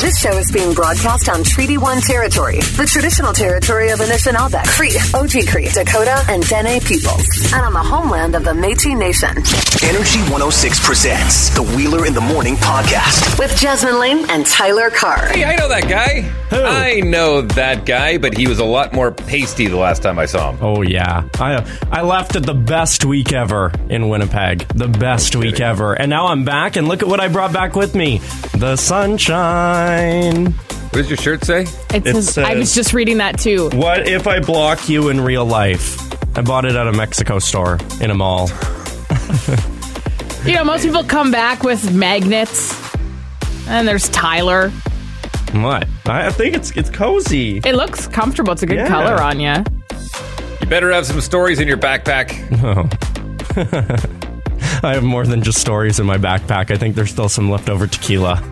This show is being broadcast on Treaty 1 territory, the traditional territory of Anishinaabe, Cree, Oji-Cree, Dakota, and Dene peoples, and on the homeland of the Métis Nation. Energy 106 presents the Wheeler in the Morning podcast. With Jasmine Lane and Tyler Carr. Hey, I know that guy. I know that guy, but he was a lot more pasty the last time I saw him. Oh yeah, I I left at the best week ever in Winnipeg, the best week ever, and now I'm back. And look at what I brought back with me: the sunshine. What does your shirt say? It It says, I says- was just reading that too. What if I block you in real life? I bought it at a Mexico store in a mall. You know, most people come back with magnets. And there's Tyler. What? I I think it's it's cozy. It looks comfortable. It's a good Yeah. color on you. You better have some stories in your backpack. Oh. I have more than just stories in my backpack. I think there's still some leftover tequila.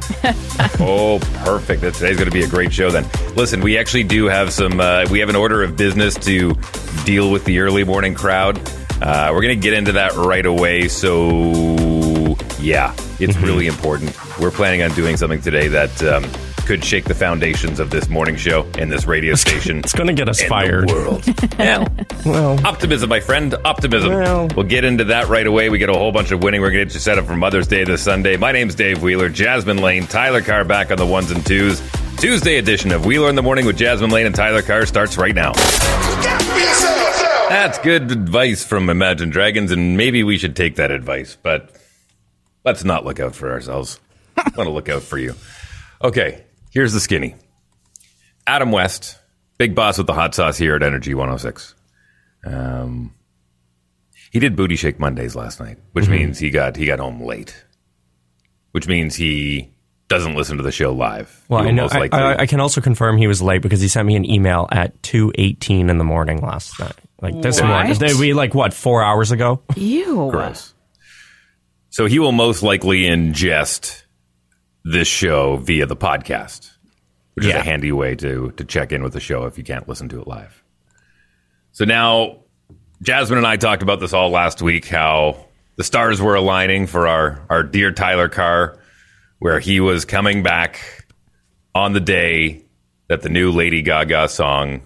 Oh, perfect. That- Today's going to be a great show then. Listen, we actually do have some, uh, we have an order of business to deal with the early morning crowd. Uh, we're going to get into that right away. So, yeah, it's Mm-hmm. really important. We're planning on doing something today that um, could shake the foundations of this morning show and this radio station. It's going to get us and the fired. world. Yeah. Well, Optimism, my friend. Optimism. Well- we'll get into that right away. We get a whole bunch of winning. We're going to get you set up for Mother's Day this Sunday. My name's Dave Wheeler, Jasmine Lane, Tyler Carr back on the ones and twos. Tuesday edition of Wheeler in the Morning with Jasmine Lane and Tyler Carr starts right now. That's good advice from Imagine Dragons, and maybe we should take that advice, but let's not look out for ourselves. I want to look out for you. Okay, here's the skinny. Adam West, big boss with the hot sauce here at Energy 106. Um, he did booty shake Mondays last night, which Mm-hmm. means he got he got home late, which means he doesn't listen to the show live. Well, He I know. most I, likely- I, I can also confirm he was late because he sent me an email at two eighteen in the morning last night. Like this What? morning, they, we like what four hours ago? Ew. Gross. So he will most likely ingest this show via the podcast, which is Yeah. a handy way to to check in with the show if you can't listen to it live. So now, Jasmine and I talked about this all last week. How the stars were aligning for our our dear Tyler Carr, where he was coming back on the day that the new Lady Gaga song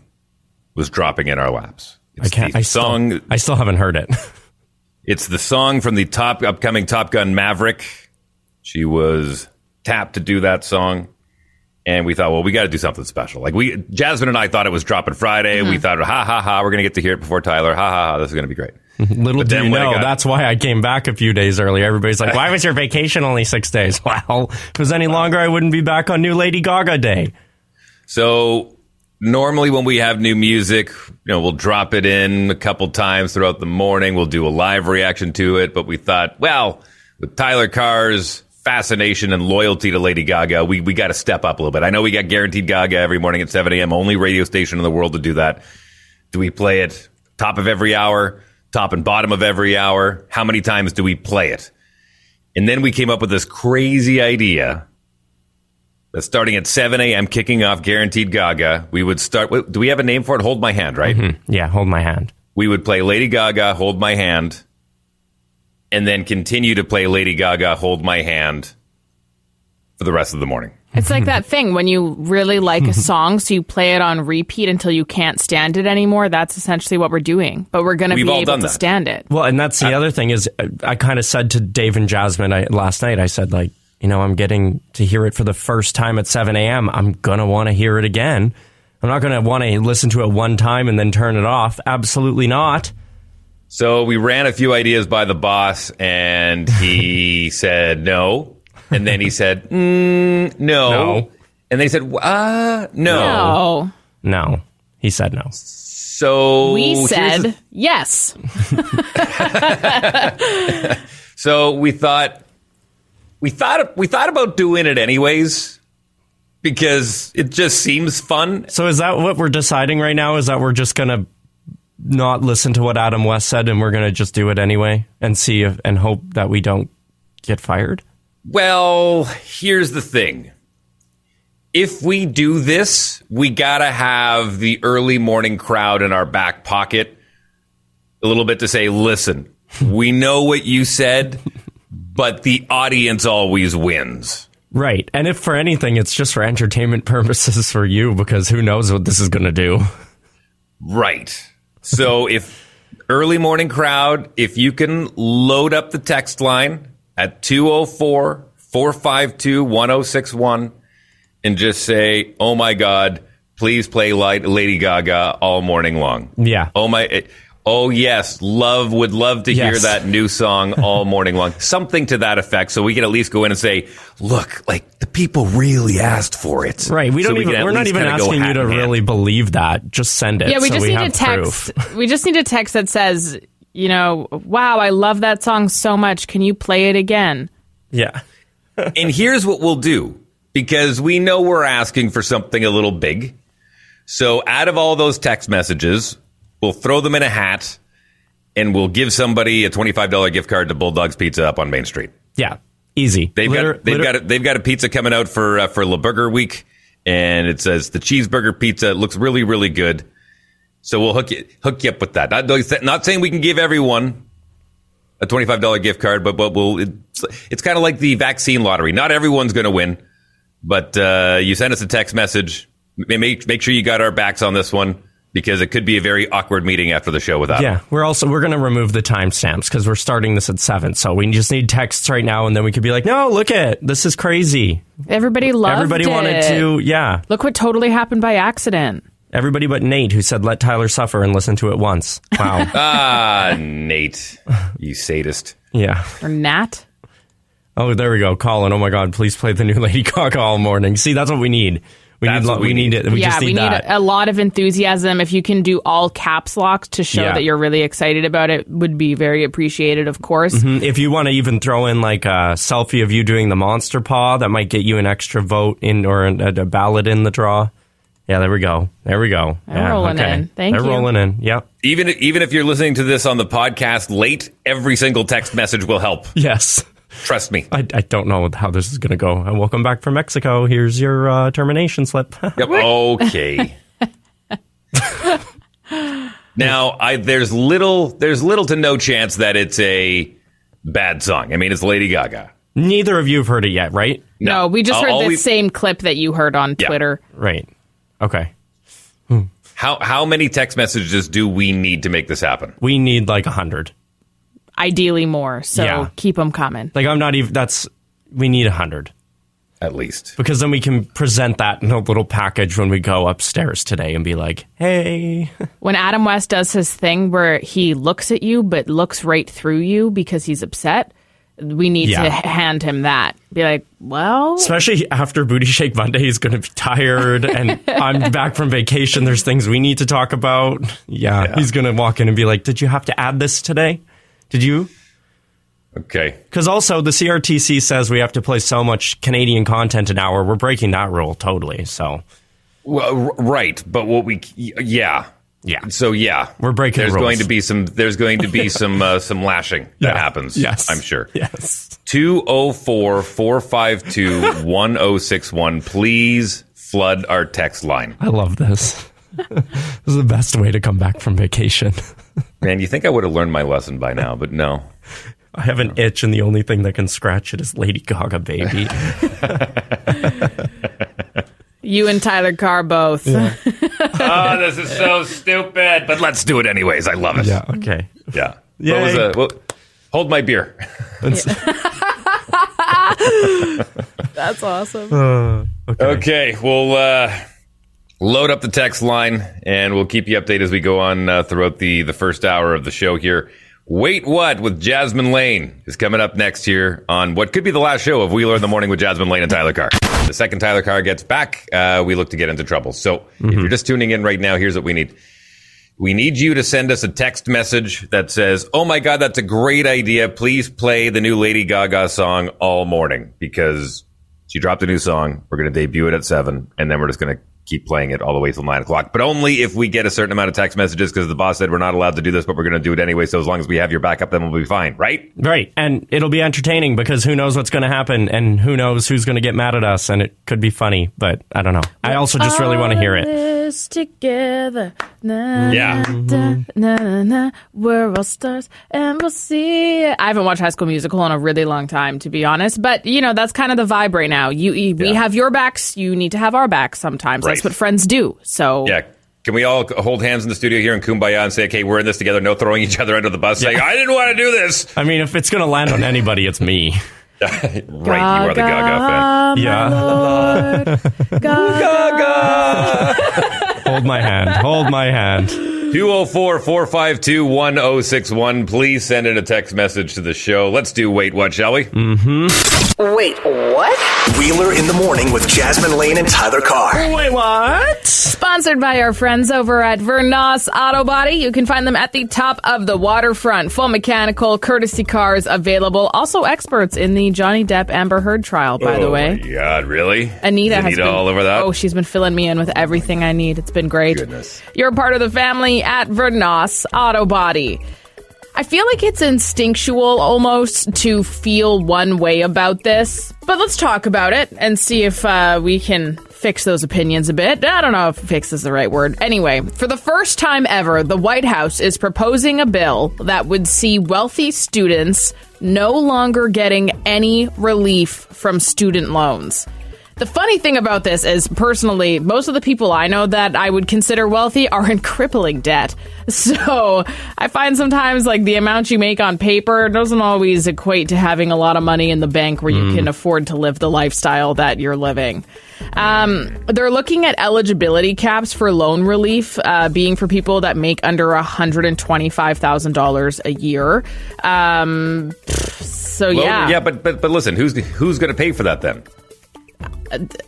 was dropping in our laps. It's I can't. the I song still, I still haven't heard it. it's the song from the top upcoming Top Gun Maverick. She was tapped to do that song. And we thought, well, we got to do something special. Like we, Jasmine and I thought it was dropping Friday. We thought, ha ha ha, we're gonna get to hear it before Tyler. Ha ha ha, this is gonna be great. Mm-hmm. Little But do then you when I know, got- that's why I came back a few days early. Everybody's like, "Why was your vacation only six days?" Well, if it was any longer, I wouldn't be back on New Lady Gaga Day. So normally when we have new music, you know, we'll drop it in a couple times throughout the morning. We'll do a live reaction to it. But we thought, well, with Tyler Carr's fascination and loyalty to Lady Gaga, we, we got to step up a little bit. I know we got guaranteed Gaga every morning at 7 a.m. Only radio station in the world to do that. Do we play it top of every hour, top and bottom of every hour? How many times do we play it? And then we came up with this crazy idea that starting at 7 a.m., kicking off Guaranteed Gaga, we would start. wait, Do we have a name for it? Hold My Hand, right? Yeah, hold my hand. We would play Lady Gaga, Hold My Hand, and then continue to play Lady Gaga, Hold My Hand for the rest of the morning. It's Mm-hmm. like that thing when you really like a song, so you play it on repeat until you can't stand it anymore. That's essentially what we're doing. But we're going to We've be all able done to that. Uh, stand it. Well, and that's the other thing is I, I kind of said to Dave and Jasmine I, last night. I said like, you know, I'm getting to hear it for the first time at 7 a.m. I'm gonna want to hear it again. I'm not gonna want to listen to it one time and then turn it off. Absolutely not. So we ran a few ideas by the boss, and he said no. And then he said, mm, no. No. And they said, uh, no. Oh, No, he said no. So we Oh, here's said the yes. So we thought we thought we thought about doing it anyways because it just seems fun. So is that what we're deciding right now? Is that we're just gonna not listen to what Adam West said and we're gonna just do it anyway and see if and hope that we don't get fired? Well, here's the thing. If we do this, we got to have the early morning crowd in our back pocket a little bit to say, "Listen, we know what you said, but the audience always wins." Right. And if for anything, it's just for entertainment purposes for you because who knows what this is going to do. Right. So if early morning crowd, if you can load up the text line at 204 452 1061 and just say, oh my God, please play light Lady Gaga all morning long. Yeah. Oh my. eh, Oh yes, love would love to hear Yes. that new song all morning long. Something to that effect, so we can at least go in and say, "Look, like the people really asked for it." Right. We So don't can even, at we're not least even kinda go asking hat you to in hand. really believe that. Just send it. Yeah, we so just we need a have text. proof. we just need a text that says, you know, wow, I love that song so much. Can you play it again? Yeah. and here's what we'll do because we know we're asking for something a little big. So out of all those text messages, we'll throw them in a hat and we'll give somebody a $25 gift card to Bulldog's Pizza up on Main Street. Yeah. Easy. They've Liter- got they've liter- got a, they've got a pizza coming out for uh, for La Burger Week, and it says the cheeseburger pizza It looks really really good. So we'll hook you hook you up with that. Not, not saying we can give everyone a twenty five dollar gift card, but but we'll it's, it's kind of like the vaccine lottery. Not everyone's going to win, but uh, you send us a text message. Ma- Make make sure you got our backs on this one because it could be a very awkward meeting after the show without. Yeah, we're also we're going to remove the timestamps because we're starting this at seven, so we just need texts right now, and then we could be like, "No, look at this is crazy. Everybody loved Everybody it. wanted to, yeah. Look what totally happened by accident. Everybody but Nate, who said let Tyler suffer and listen to it once. Wow, Ah, Nate, you sadist. yeah. Or Nat. Oh, there we go, Colin. Oh my God, please play the new Lady Gaga all morning. See, that's what we need. We That's need. lo- what we We need it. We yeah, just need we need that. a lot of enthusiasm. If you can do all caps locks to show Yeah. that you're really excited about it, would be very appreciated, of course. Mm-hmm. if you want to even throw in like a selfie of you doing the monster paw, that might get you an extra vote in or an, a, a ballot in the draw. Yeah, there we go. There we go. They're yeah, rolling okay. in. Thank They're you. rolling in. Yep. Even even if you're listening to this on the podcast late, every single text message will help. Yes. Trust me. I, I don't know how this is going to go. And welcome back from Mexico. Here's your uh, termination slip. Yep. Okay. now, I there's little there's little to no chance that it's a bad song. I mean, it's Lady Gaga. Neither of you have heard it yet, right? No, we just All- heard all the we- same clip that you heard on Yeah. Twitter. Right. Okay. Hmm. How how many text messages do we need to make this happen? We need like a hundred. Ideally more, so keep 'em Yeah. keep them coming. Like I'm not even. That's we need a hundred At least. because then we can present that in a little package when we go upstairs today and be like, hey, When Adam West does his thing where he looks at you but looks right through you because he's upset, we need Yeah. to h- hand him that. Be like, well, especially after Booty Shake Monday, he's going to be tired and I'm back from vacation. There's things we need to talk about. Yeah, he's going to walk in and be like, did you have to add this today? Did you? Okay. Because also the CRTC says we have to play so much Canadian content an hour. We're breaking that rule totally. So Well, r- right, but what we y- yeah. Yeah. So yeah, We're breaking There's rules. going to be some. There's going to be some uh, some lashing that Yeah. happens. Yes. I'm sure. yes, 204 452 1061. Please flood our text line. I love this. this is the best way to come back from vacation. Man, you think I would have learned my lesson by now, but no. I have an itch, and the only thing that can scratch it is Lady Gaga, baby. you and Tyler Carr both. Oh, this is so stupid, but let's do it anyways. I love it. yeah. Okay. Yeah. What Yay. was uh, what- hold my beer. That's awesome. Uh, Okay, we'll uh, load up the text line and we'll keep you updated as we go on uh, throughout the, the first hour of the show here. Wait What with Jasmine Lane is coming up next year on what could be the last show of Wheeler in the Morning with Jasmine Lane and Tyler Carr. The second Tyler Carr gets back, uh, we look to get into trouble. So if you're just tuning in right now, here's what we need. We need you to send us a text message that says, Oh my God, that's a great idea. Please play the new Lady Gaga song all morning because she dropped a new song. We're going to debut it at seven and then we're just going to keep playing it all the way till nine o'clock, but only if we get a certain amount of text messages because the boss said we're not allowed to do this, but we're going to do it anyway. So as long as we have your backup, then we'll be fine, right? Right. And it'll be entertaining because who knows what's going to happen and who knows who's going to get mad at us. And it could be funny, but I don't know. I also just really want to hear it. This together. Na, Yeah. na, na, na, na. We're all stars and we'll see. it. I haven't watched High School Musical in a really long time, to be honest. But you know, that's kind of the vibe right now. You, you we Yeah. have your backs. You need to have our backs sometimes. That's Right. what friends do. So Yeah. Can we all hold hands in the studio here in Kumbaya and say, okay, we're in this together, no throwing each other under the bus, saying, I didn't want to do this. I mean, if it's going to land on anybody, it's me. Right, you are the Gaga fan. Gaga, Yeah. Gaga. Hold my hand. Hold my hand. 204 452 1061. Please send in a text message to the show. Let's do Wait What, shall we? Mm-hmm. Wait, what? Wheeler in the morning with Jasmine Lane and Tyler Carr. Wait, what? Sponsored by our friends over at Vernos Auto Body. You can find them at the top of the waterfront. Full mechanical, courtesy cars available. Also experts in the Johnny Depp Amber Heard trial, by the Oh way. my God, really? Anita, Is has been all over that. Oh, she's been filling me in with everything I need. It's been great. Goodness. You're a part of the family at Vernos Auto Body. I feel like it's instinctual almost to feel one way about this, but let's talk about it and see if uh, we can fix those opinions a bit. I don't know if fix is the right word. Anyway, for the first time ever, the White House is proposing a bill that would see wealthy students no longer getting any relief from student loans. The funny thing about this is, personally, most of the people I know that I would consider wealthy are in crippling debt. So I find sometimes like the amount you make on paper doesn't always equate to having a lot of money in the bank where you can afford to live the lifestyle that you're living. Um, they're looking at eligibility caps for loan relief, uh, being for people that make under $125,000 a year. Um, so, Well, yeah, yeah, but, but but listen, who's who's going to pay for that then?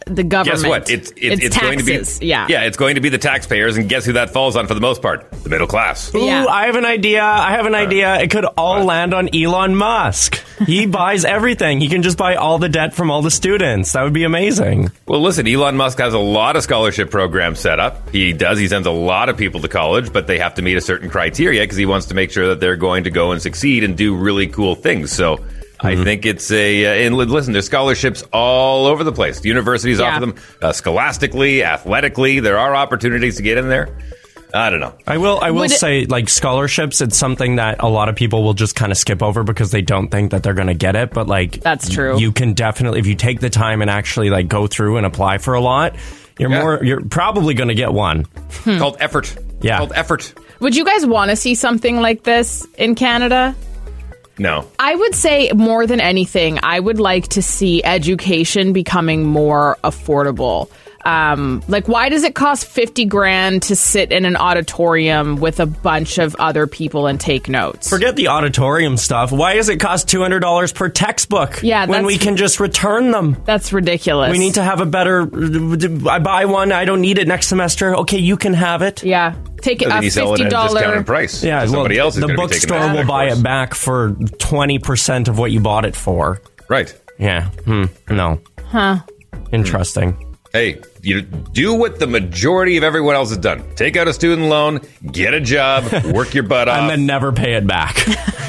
the government. Guess what? It's it, it's, going to taxes, be yeah. yeah, it's going to be the taxpayers, and guess who that falls on for the most part? The middle class. Ooh, Yeah. I have an idea. I have an idea. It could all land on Elon Musk. He buys everything. He can just buy all the debt from all the students. That would be amazing. Well, listen, Elon Musk has a lot of scholarship programs set up. He does. He sends a lot of people to college, but they have to meet a certain criteria because he wants to make sure that they're going to go and succeed and do really cool things. So. Mm-hmm. I think it's a, uh, and li- listen, there's scholarships all over the place. The universities Yeah. offer them uh, scholastically, athletically. There are opportunities to get in there. I don't know. I will. I will Would it- say, like scholarships, it's something that a lot of people will just kind of skip over because they don't think that they're going to get it. But like, That's true. You can definitely, if you take the time and actually like go through and apply for a lot, you're Yeah. more. You're probably going to get one. Hmm. Called effort. Yeah. Called effort. Would you guys want to see something like this in Canada? No. I would say more than anything, I would like to see education becoming more affordable. Um, like, why does it cost 50 grand to sit in an auditorium with a bunch of other people and take notes? Forget the auditorium stuff. Why does it cost two hundred dollars per textbook? Yeah, when that's- we can just return them. That's ridiculous. We need to have a better. I buy one. I don't need it next semester. Okay, you can have it. Yeah. Take it And a then you sell it at a discounted $50. price. So somebody else is the going to be taking bookstore that, will of buy course. it back for twenty percent of what you bought it for. Right. Yeah. Hmm. No. Huh. Interesting. Hey, you do what the majority of everyone else has done. Take out a student loan, get a job, work your butt off, And then never pay it back.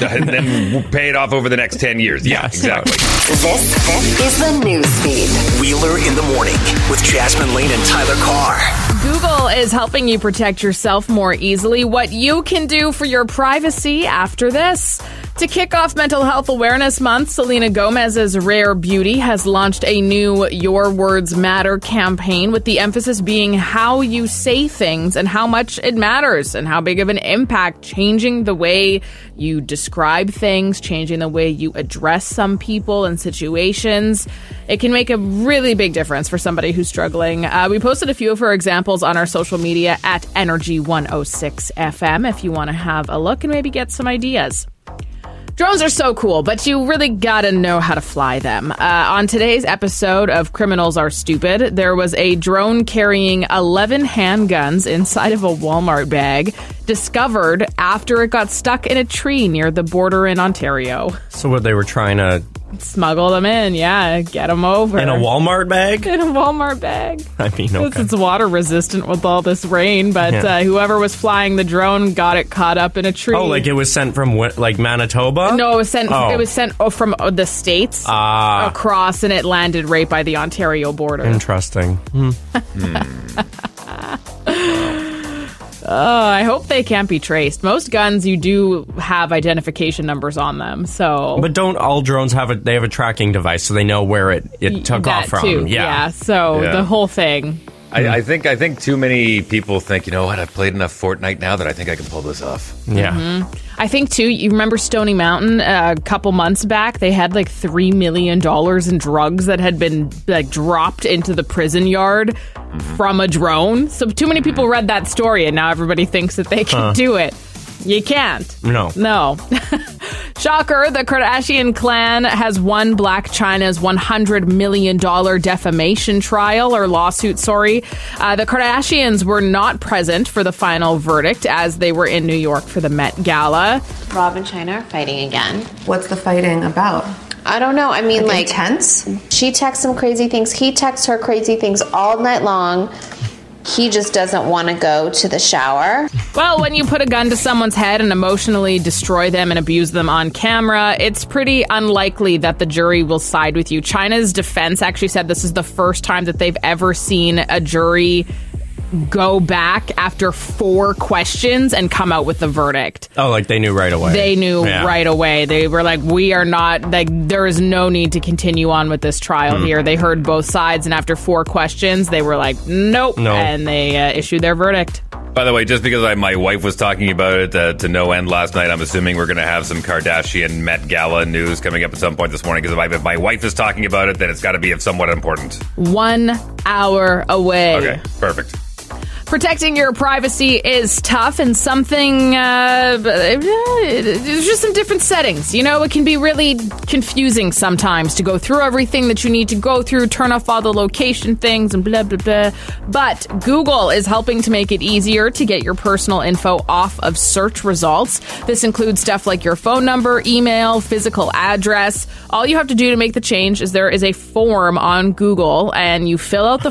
and then we'll pay it off over the next 10 years. Yeah, exactly. This, this is the news feed. Wheeler in the morning with Jasmine Lane and Tyler Carr. Google is helping you protect yourself more easily. What you can do for your privacy after this. To kick off Mental Health Awareness Month, Selena Gomez's Rare Beauty has launched a new Your Words Matter campaign with the emphasis being how you say things and how much it matters and how big of an impact changing the way you describe things, changing the way you address some people and situations. It can make a really big difference for somebody who's struggling. Uh, we posted a few of her examples on our social media at Energy 106 FM if you want to have a look and maybe get some ideas. Drones are so cool, but you really gotta know how to fly them. Uh, on today's episode of Criminals Are Stupid, there was a drone carrying 11 handguns inside of a Walmart bag discovered after it got stuck in a tree near the border in Ontario. so what they were trying to Smuggle them in, yeah. Get them over. in a Walmart bag. In a Walmart bag. I mean, Since okay. It's water resistant with all this rain, but Yeah. uh, whoever was flying the drone got it caught up in a tree. Oh, like it was sent from Wi- like Manitoba. no, it was sent. Oh. It was sent oh, from uh, the states Ah, across, and it landed right by the Ontario border. interesting. Hmm. I hope they can't be traced. Most guns you do have identification numbers on them, so But don't all drones have a? They have a tracking device, so they know where it it took that off from. too. Yeah. so Yeah. the whole thing. I, I think I think too many people think you know what I've played enough Fortnite now that I think I can pull this off. Yeah. Mm-hmm. I think too. You remember Stony Mountain uh, a couple months back? They had like three million dollars in drugs that had been like dropped into the prison yard from a drone. So too many people read that story, and now everybody thinks that they can do it. You can't. No. No. Shocker, the Kardashian clan has won Black China's $100 million defamation trial or lawsuit, sorry. Uh, the Kardashians were not present for the final verdict as they were in New York for the Met Gala. Rob and China are fighting again. What's the fighting about? I don't know. I mean, like, Intense? she texts him crazy things. He texts her crazy things all night long. He just doesn't want to go to the shower. Well, when you put a gun to someone's head and emotionally destroy them and abuse them on camera, it's pretty unlikely that the jury will side with you. China's defense actually said this is the first time that they've ever seen a jury go back after four questions and come out with the verdict. Oh, like they knew right away. They knew Yeah. right away. They were like, we are not, like, there is no need to continue on with this trial here. They heard both sides, and after four questions, they were like, nope. No. And they uh, issued their verdict. By the way, just because I, my wife was talking about it uh, to no end last night, I'm assuming we're going to have some Kardashian Met Gala news coming up at some point this morning. Because if, I- if my wife is talking about it, then it's got to be of somewhat important. One hour away. Okay, perfect. protecting your privacy is tough and something uh, there's just some different settings you know it can be really confusing sometimes to go through everything that you need to go through turn off all the location things and blah blah blah but google is helping to make it easier to get your personal info off of search results this includes stuff like your phone number email physical address all you have to do to make the change is there is a form on google and you fill out the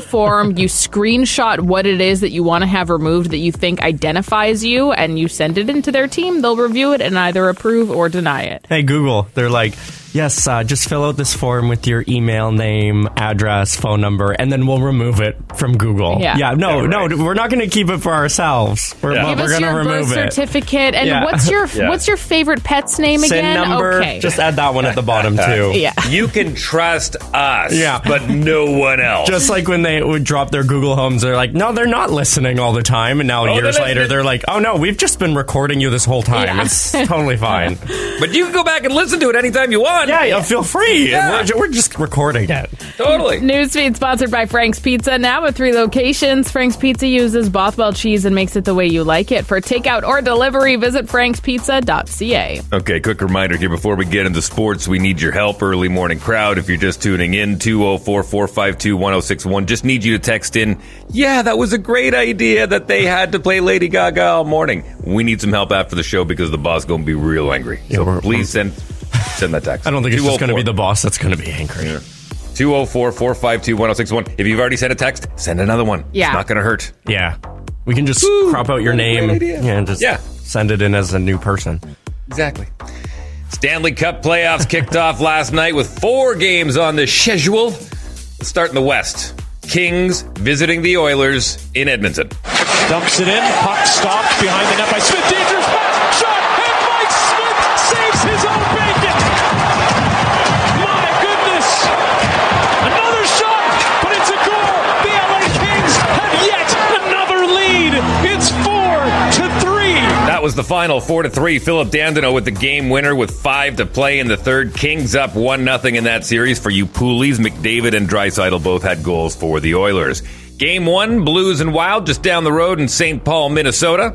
form you screenshot what it is that you want to have removed that you think identifies you and you send it into their team they'll review it and either approve or deny it Hey Google, they're like, yes, uh, just fill out this form with your email, name, address, phone number, and then we'll remove it from Google. Yeah. no, Yeah, right. no, we're not going to keep it for ourselves. We're, Yeah. but Give we're us going to your remove birth it. certificate and Yeah. what's your Yeah. what's your favorite pet's name Sin again? number, okay. just add that one at the bottom too. yeah. Uh, You can trust us, Yeah. but no one else. Just like when they would drop their Google Homes, they're like, no, they're not listening all the time. And now they're years later, listening. they're like, oh no, we've just been recording you this whole time. Yeah. It's totally fine. but you can go back and listen to it anytime you want. yeah, yeah, feel free. Yeah. We're, ju- we're just recording it. totally. Newsfeed sponsored by Frank's Pizza. Now with three locations, Frank's Pizza uses Bothwell cheese and makes it the way you like it. For takeout or delivery, visit frankspizza.ca. Okay, quick reminder here before we get into sports, we need your help, early morning crowd. If you're just tuning in, 204 452 1061. Just need you to text in, yeah, that was a great idea that they had to play Lady Gaga all morning. We need some help after the show because the boss going to be real angry. So we're- please send send that text. I don't think it's just going to be the 204 boss that's going to be angry. 204 452 1061. If you've already sent a text, send another one. Yeah. It's not going to hurt. Yeah. We can just crop out your name and just Yeah. send it in as a new person. Exactly. Stanley Cup playoffs kicked off last night with four games on the schedule. Let's start in the West. Kings visiting the Oilers in Edmonton. Dumps it in. Puck stopped behind the net by Smith. Dangerous pass. Shot. And Mike Smith saves his own bacon. My goodness. Another shot. But it's a goal. The LA Kings have yet another lead. It's four to three. That was the final four to three. Philip Dandino with the game winner with five to play in the third. Kings up one nothing in that series for you Poolies. McDavid and Drysidle both had goals for the Oilers. Game one, Blues and Wild just down the road in St. Paul, Minnesota.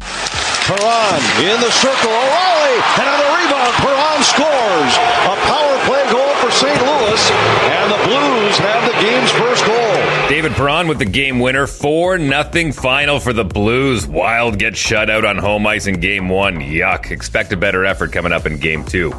Perron in the circle. O'Reilly. And on the rebound, Perron scores. A power play goal for St. Louis. And the Blues have the game's first goal. David Perron with the game winner. 4 nothing final for the Blues. Wild get shut out on home ice in game one. Yuck. Expect a better effort coming up in game two.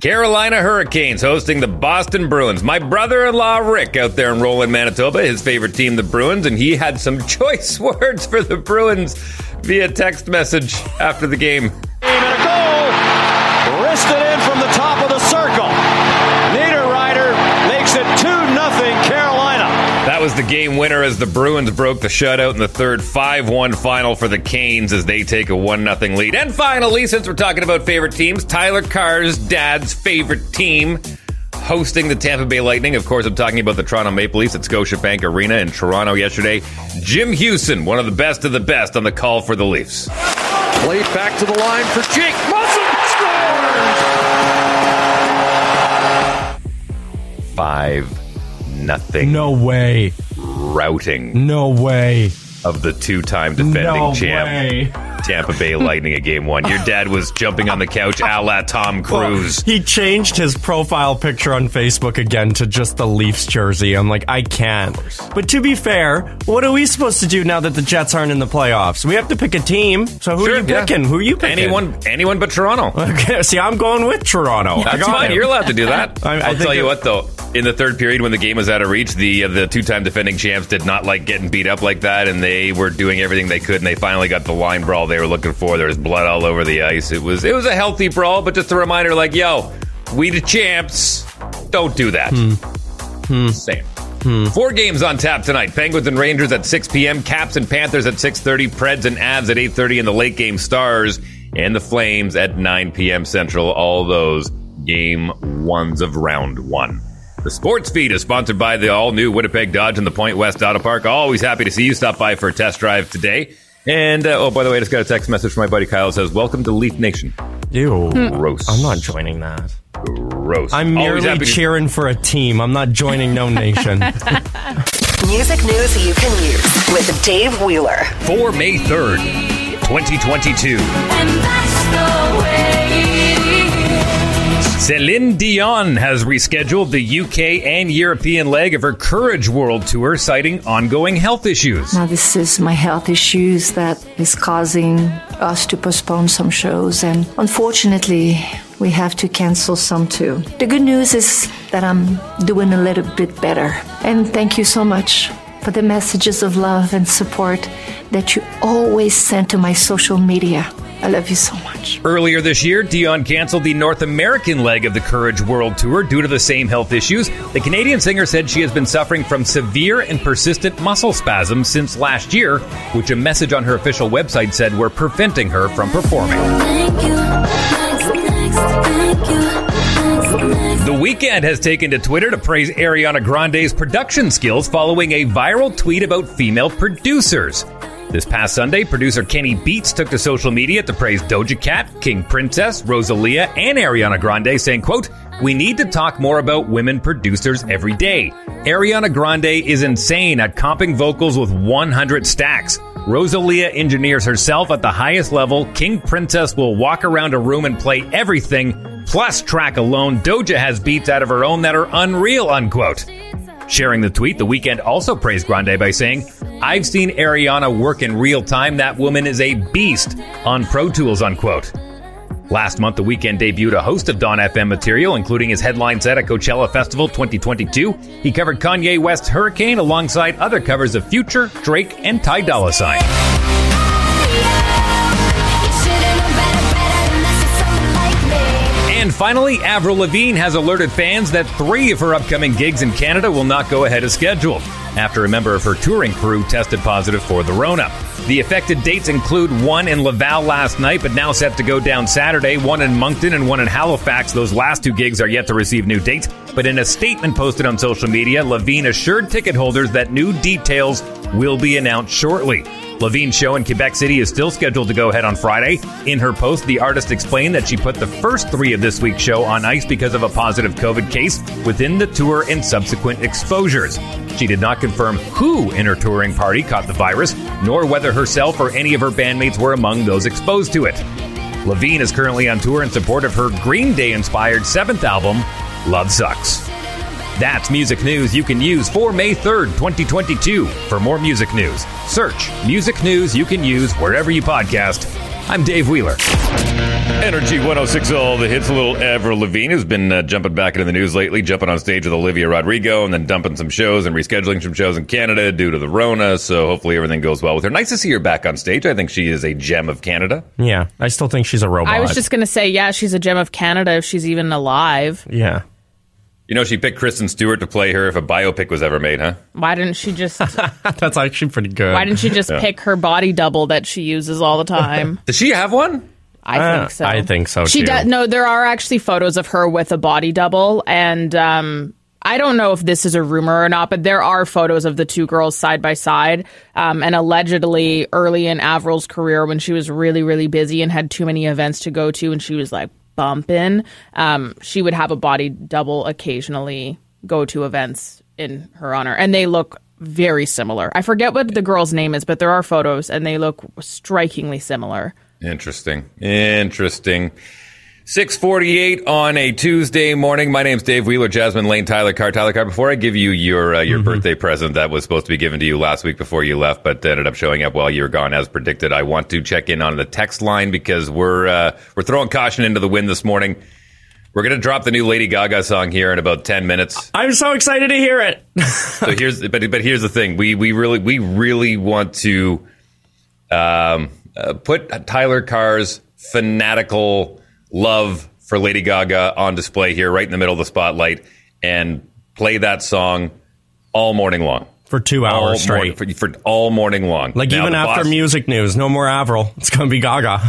Carolina Hurricanes hosting the Boston Bruins. My brother in law, Rick, out there in Roland, Manitoba, his favorite team, the Bruins, and he had some choice words for the Bruins via text message after the game. And a goal. Wristed in from the top of the circle. Niederreiter makes it 2 nothing Carolina. That was the game winner as the Bruins broke the shutout in the third 5 1 final for the Canes as they take a 1 0 lead. And finally, since we're talking about favorite teams, Tyler Carr's dad's favorite team hosting the Tampa Bay Lightning. Of course, I'm talking about the Toronto Maple Leafs at Scotiabank Arena in Toronto yesterday. Jim Hewson, one of the best of the best on the call for the Leafs. Played back to the line for Jake Muzzin. Five nothing No way. routing No way. of the two-time defending no champ. way. Tampa Bay Lightning at game one. Your dad was jumping on the couch a la Tom Cruise. He changed his profile picture on Facebook again to just the Leafs jersey. I'm like, I can't. But to be fair, what are we supposed to do now that the Jets aren't in the playoffs? We have to pick a team. So who are you yeah. picking? Who are you picking? Anyone, anyone but Toronto. Okay, see, I'm going with Toronto. I That's got fine. him. You're allowed to do that. Oh, I- I I, will think tell you it- what, though. In the third period, when the game was out of reach, the uh, the two time defending champs did not like getting beat up like that, and they were doing everything they could, and they finally got the line brawl they were looking for. There was blood all over the ice. It was it was a healthy brawl, but just a reminder, like, yo, we the champs, don't do that. Hmm. Same. Four games on tap tonight. Penguins and Rangers at 6 p.m. Caps and Panthers at 6.30. Preds and Avs at 8.30. And the late game Stars and the Flames at 9 p.m. Central. All those game ones of round one. The sports feed is sponsored by the all new Winnipeg Dodge and the Point West Auto Park. Always happy to see you stop by for a test drive today. And uh, oh, by the way, I just got a text message from my buddy Kyle. It says, "Welcome to Leaf Nation." Ew. Gross. I'm not joining that. Gross. I'm Always merely happy to- cheering for a team. I'm not joining no nation. Music news you can use with Dave Wheeler. for May 3rd, 2022. Celine Dion has rescheduled the UK and European leg of her Courage World Tour, citing ongoing health issues. Now, this is my health issues that is causing us to postpone some shows, and unfortunately, we have to cancel some too. The good news is that I'm doing a little bit better. And thank you so much for the messages of love and support that you always send to my social media. I love you so much. Earlier this year, Dion canceled the North American leg of the Courage World Tour due to the same health issues. The Canadian singer said she has been suffering from severe and persistent muscle spasms since last year, which a message on her official website said were preventing her from performing. The weekend has taken to Twitter to praise Ariana Grande's production skills following a viral tweet about female producers. This past Sunday, producer Kenny Beats took to social media to praise Doja Cat, King Princess, Rosalia, and Ariana Grande, saying, quote, We need to talk more about women producers every day. Ariana Grande is insane at comping vocals with 100 stacks. Rosalia engineers herself at the highest level. King Princess will walk around a room and play everything. Plus, track alone, Doja has beats out of her own that are unreal, unquote. Sharing the tweet, The Weeknd also praised Grande by saying, I've seen Ariana work in real time. That woman is a beast on Pro Tools, unquote. Last month, The Weeknd debuted a host of Don FM material, including his headline set at Coachella Festival 2022. He covered Kanye West's Hurricane alongside other covers of Future, Drake, and Ty Dolla Sign. And finally, Avril Lavigne has alerted fans that three of her upcoming gigs in Canada will not go ahead as scheduled after a member of her touring crew tested positive for the Rona. The affected dates include one in Laval last night, but now set to go down Saturday, one in Moncton, and one in Halifax. Those last two gigs are yet to receive new dates. But in a statement posted on social media, Lavigne assured ticket holders that new details will be announced shortly. Levine's show in Quebec City is still scheduled to go ahead on Friday. In her post, the artist explained that she put the first three of this week's show on ice because of a positive COVID case within the tour and subsequent exposures. She did not confirm who in her touring party caught the virus, nor whether herself or any of her bandmates were among those exposed to it. Levine is currently on tour in support of her Green Day inspired seventh album, Love Sucks. That's music news you can use for May 3rd, 2022. For more music news, search Music News You Can Use wherever you podcast. I'm Dave Wheeler. Energy 106 all the hits. A little Avril Lavigne, who's been uh, jumping back into the news lately, jumping on stage with Olivia Rodrigo and then dumping some shows and rescheduling some shows in Canada due to the Rona. So hopefully everything goes well with her. Nice to see her back on stage. I think she is a gem of Canada. Yeah, I still think she's a robot. I was just going to say, yeah, she's a gem of Canada if she's even alive. yeah. You know, she picked Kristen Stewart to play her if a biopic was ever made, huh? Why didn't she just That's actually pretty good. Why didn't she just pick her body double that she uses all the time? Does she have one? I Ah, think so. I think so, She too. does. No, there are actually photos of her with a body double, and um, I don't know if this is a rumor or not, but there are photos of the two girls side by side. Um, and allegedly, early in Avril's career, when she was really, really busy and had too many events to go to, and she was like bumping, um, she would have a body double occasionally go to events in her honor, and they look. Very similar. I forget what the girl's name is, but there are photos and they look strikingly similar. Interesting. Interesting. 648 on a Tuesday morning. My name's Dave Wheeler, Jasmine Lane, Tyler Carr. Tyler Carr, before I give you your uh, your Mm-hmm. birthday present that was supposed to be given to you last week before you left, but ended up showing up while you were gone as predicted, I want to check in on the text line because we're uh, we're throwing caution into the wind this morning. We're going to drop the new Lady Gaga song here in about 10 minutes. I'm so excited to hear it. So here's but but here's the thing. We we really we really want to um, uh, put Tyler Carr's fanatical love for Lady Gaga on display here, right in the middle of the spotlight, and play that song all morning long. For two All hours morning, straight. for, for all morning long. like, Now, even the after boss- music news, no more Avril. It's going to be Gaga.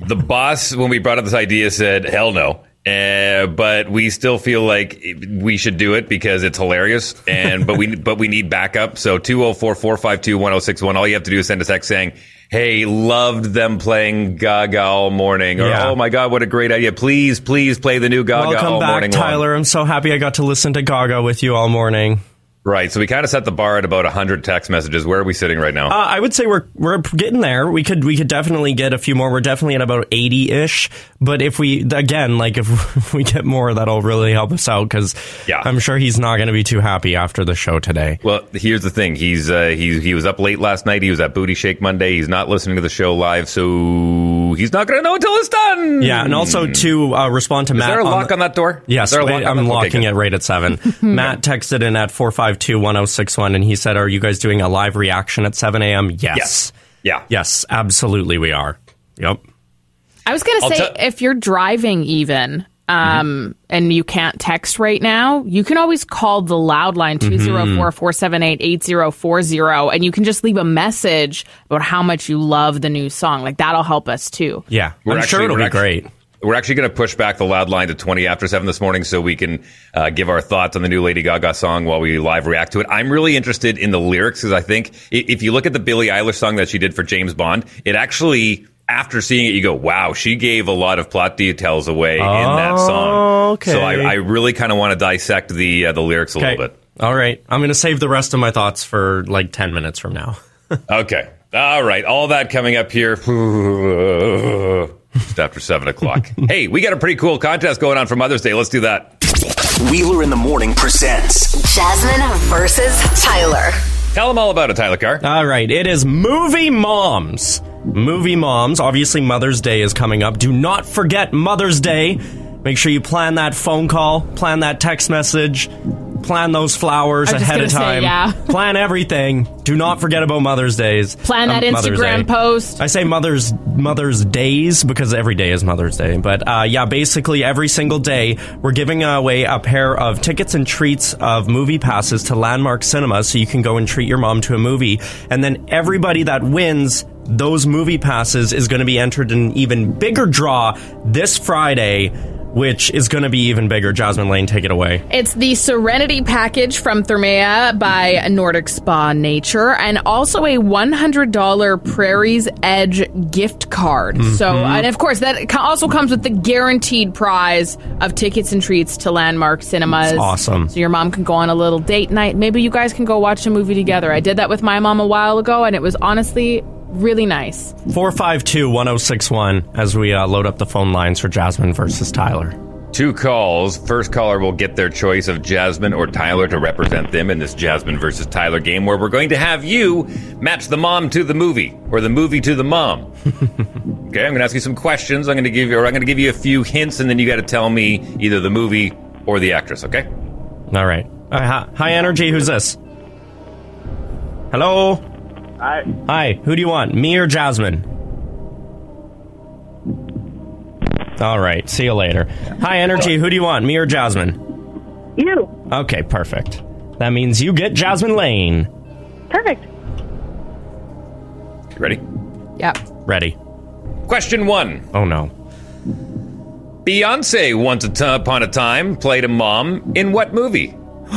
the boss, when we brought up this idea, said, "Hell no." Uh, but we still feel like we should do it because it's hilarious, and but we but we need backup. So 204-452-1061. All you have to do is send a text saying, "Hey, loved them playing Gaga all morning," or Yeah. "Oh my god, what a great idea! Please, please play the new Gaga Welcome all back, morning." long." Tyler. I'm so happy I got to listen to Gaga with you all morning. Right. So we kind of set the bar at about hundred text messages. Where are we sitting right now? Uh, I would say we're we're getting there. We could we could definitely get a few more. We're definitely at about eighty ish. But if we again, like if, if we get more, that'll really help us out because Yeah. I'm sure he's not going to be too happy after the show today. Well, here's the thing. He's uh, he he was up late last night. He was at Booty Shake Monday. He's not listening to the show live, so he's not going to know until it's done. Yeah, and also to uh, respond to Hmm. Is Matt. there a on lock the- on that door? Yes, Is there a wait, lock on I'm that- okay, locking good. it right at seven. Matt texted in at four five two one zero six one, and he said, "Are you guys doing a live reaction at seven a.m.?" Yes. Yes. Yeah. Yes, absolutely, we are. Yep. I was going to I'll say tell- Mm-hmm. if you're driving even um, and you can't text right now, you can always call the loud line Mm-hmm. 204-478-8040 and you can just leave a message about how much you love the new song. Like that'll help us too. Yeah, We're I'm sure actually- it'll we're be actually- great. We're actually going to push back the loud line to 20 after 7 this morning so we can uh, give our thoughts on the new Lady Gaga song while we live react to it. I'm really interested in the lyrics because I think i- if you look at the Billie Eilish song that she did for James Bond, it actually, after seeing it, you go, wow, she gave a lot of plot details away in that song. Oh, Okay. So I, I really kind of want to dissect the, uh, the lyrics a little Okay. bit. All right. I'm going to save the rest of my thoughts for like 10 minutes from now. Okay. All right. All that coming up here just after 7 o'clock. hey, we got a pretty cool contest going on for Mother's Day. Let's do that. Wheeler in the Morning presents Jasmine versus Tyler. Tell them all about it, Tyler Carr. All right. It is Movie Moms. Movie Moms. Obviously, Mother's Day is coming up. Do not forget Mother's Day. Make sure you plan that phone call, plan that text message, plan those flowers I was just ahead of gonna say, time. yeah. plan everything. Do not forget about Mother's Days. Plan that Um, Mother's Day. Instagram post. I say Mother's Mother's Days because every day is Mother's Day. But uh, yeah, basically every single day we're giving away a pair of tickets and treats of movie passes to Landmark Cinema, so you can go and treat your mom to a movie. And then everybody that wins those movie passes is going to be entered in an even bigger draw this Friday, which is going to be even bigger. Jasmine Lane, take it away. It's the Serenity Package from Thermea by Nordic Spa Nature and also a $100 Prairies Edge gift card. So, Mm-hmm. and of course, that co- also comes with the guaranteed prize of tickets and treats to Landmark Cinemas. That's awesome. So your mom can go on a little date night. Maybe you guys can go watch a movie together. I did that with my mom a while ago and it was honestly really nice. 452 1061 as we uh, load up the phone lines for Jasmine versus Tyler. Two calls. First caller will get their choice of Jasmine or Tyler to represent them in this Jasmine versus Tyler game where we're going to have you match the mom to the movie or the movie to the mom. Okay, I'm going to ask you some questions. I'm going to give you, or I'm going to give you a few hints, and then you got to tell me either the movie or the actress. Okay. All right. Uh, hi, hi, energy. Who's this? Hello. Hi. Hi. Who do you want, me or Jasmine? All right. See you later. Hi, energy. Who do you want, me or Jasmine? You. Okay, perfect. That means you get Jasmine Lane. Perfect. Ready? Yep. Ready. Question one. Oh no. Beyonce once a t- upon a time played a mom in what movie?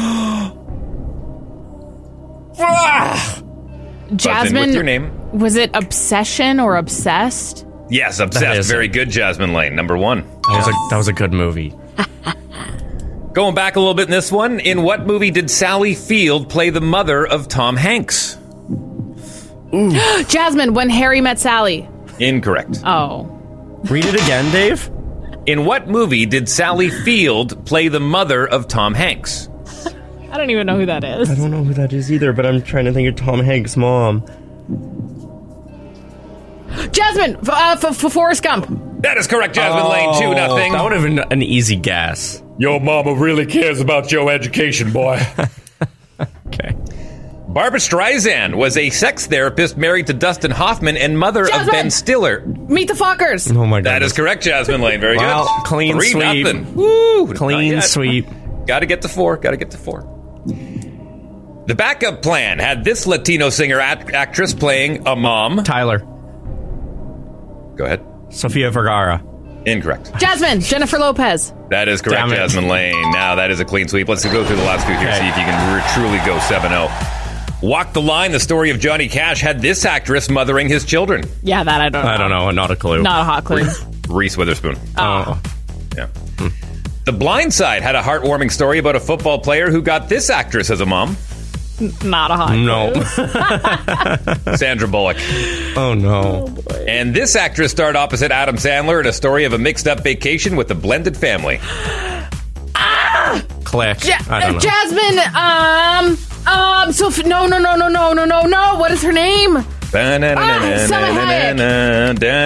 Jasmine. with your name. Was it obsession or obsessed? Yes, That is obsessed. it. Very good, Jasmine Lane. Number one. That was a that was a good movie. Going back a little bit in this one, in what movie did Sally Field play the mother of Tom Hanks? Jasmine, when Harry met Sally. Incorrect. Oh. Read it again, Dave. In what movie did Sally Field play the mother of Tom Hanks? I don't even know who that is. I don't know who that is either, but I'm trying to think of Tom Hanks' mom. Jasmine, f- uh, f- f- Forrest Gump. That is correct, Jasmine Oh. Lane. Two nothing. That would have been an easy guess. Your mama really cares about your education, boy. Okay. Barbara Streisand was a sex therapist married to Dustin Hoffman and mother of Jasmine! Ben Stiller. Meet the Fockers. Oh my god. That is correct, Jasmine Lane. Very Wow, good. clean Three sweep. nothing. Woo! not Clean yet. sweep. Got to get to four. Got to get to four. The backup plan had this Latino singer act- actress playing a mom. Tyler. Go ahead. Sofia Vergara. Incorrect. Jasmine, Jennifer Lopez. That is correct, Damn it. Jasmine Lane. Now that is a clean sweep. Let's go through the last few here, Okay. see if you can re- truly go 7 0. Walk the line. The story of Johnny Cash had this actress mothering his children. Yeah, that I don't know. I don't know, not a clue. Not a hot clue. Reese Witherspoon. Oh. Hmm. Yeah. The Blind Side had a heartwarming story about a football player who got this actress as a mom, Not a hot clue. No. Sandra Bullock. oh no. And this actress starred opposite Adam Sandler in a story of a mixed up vacation with a blended family. Click. Ja- I don't know. Jasmine, um, um, so no, no, no, no, no, no, no, no. What is her name?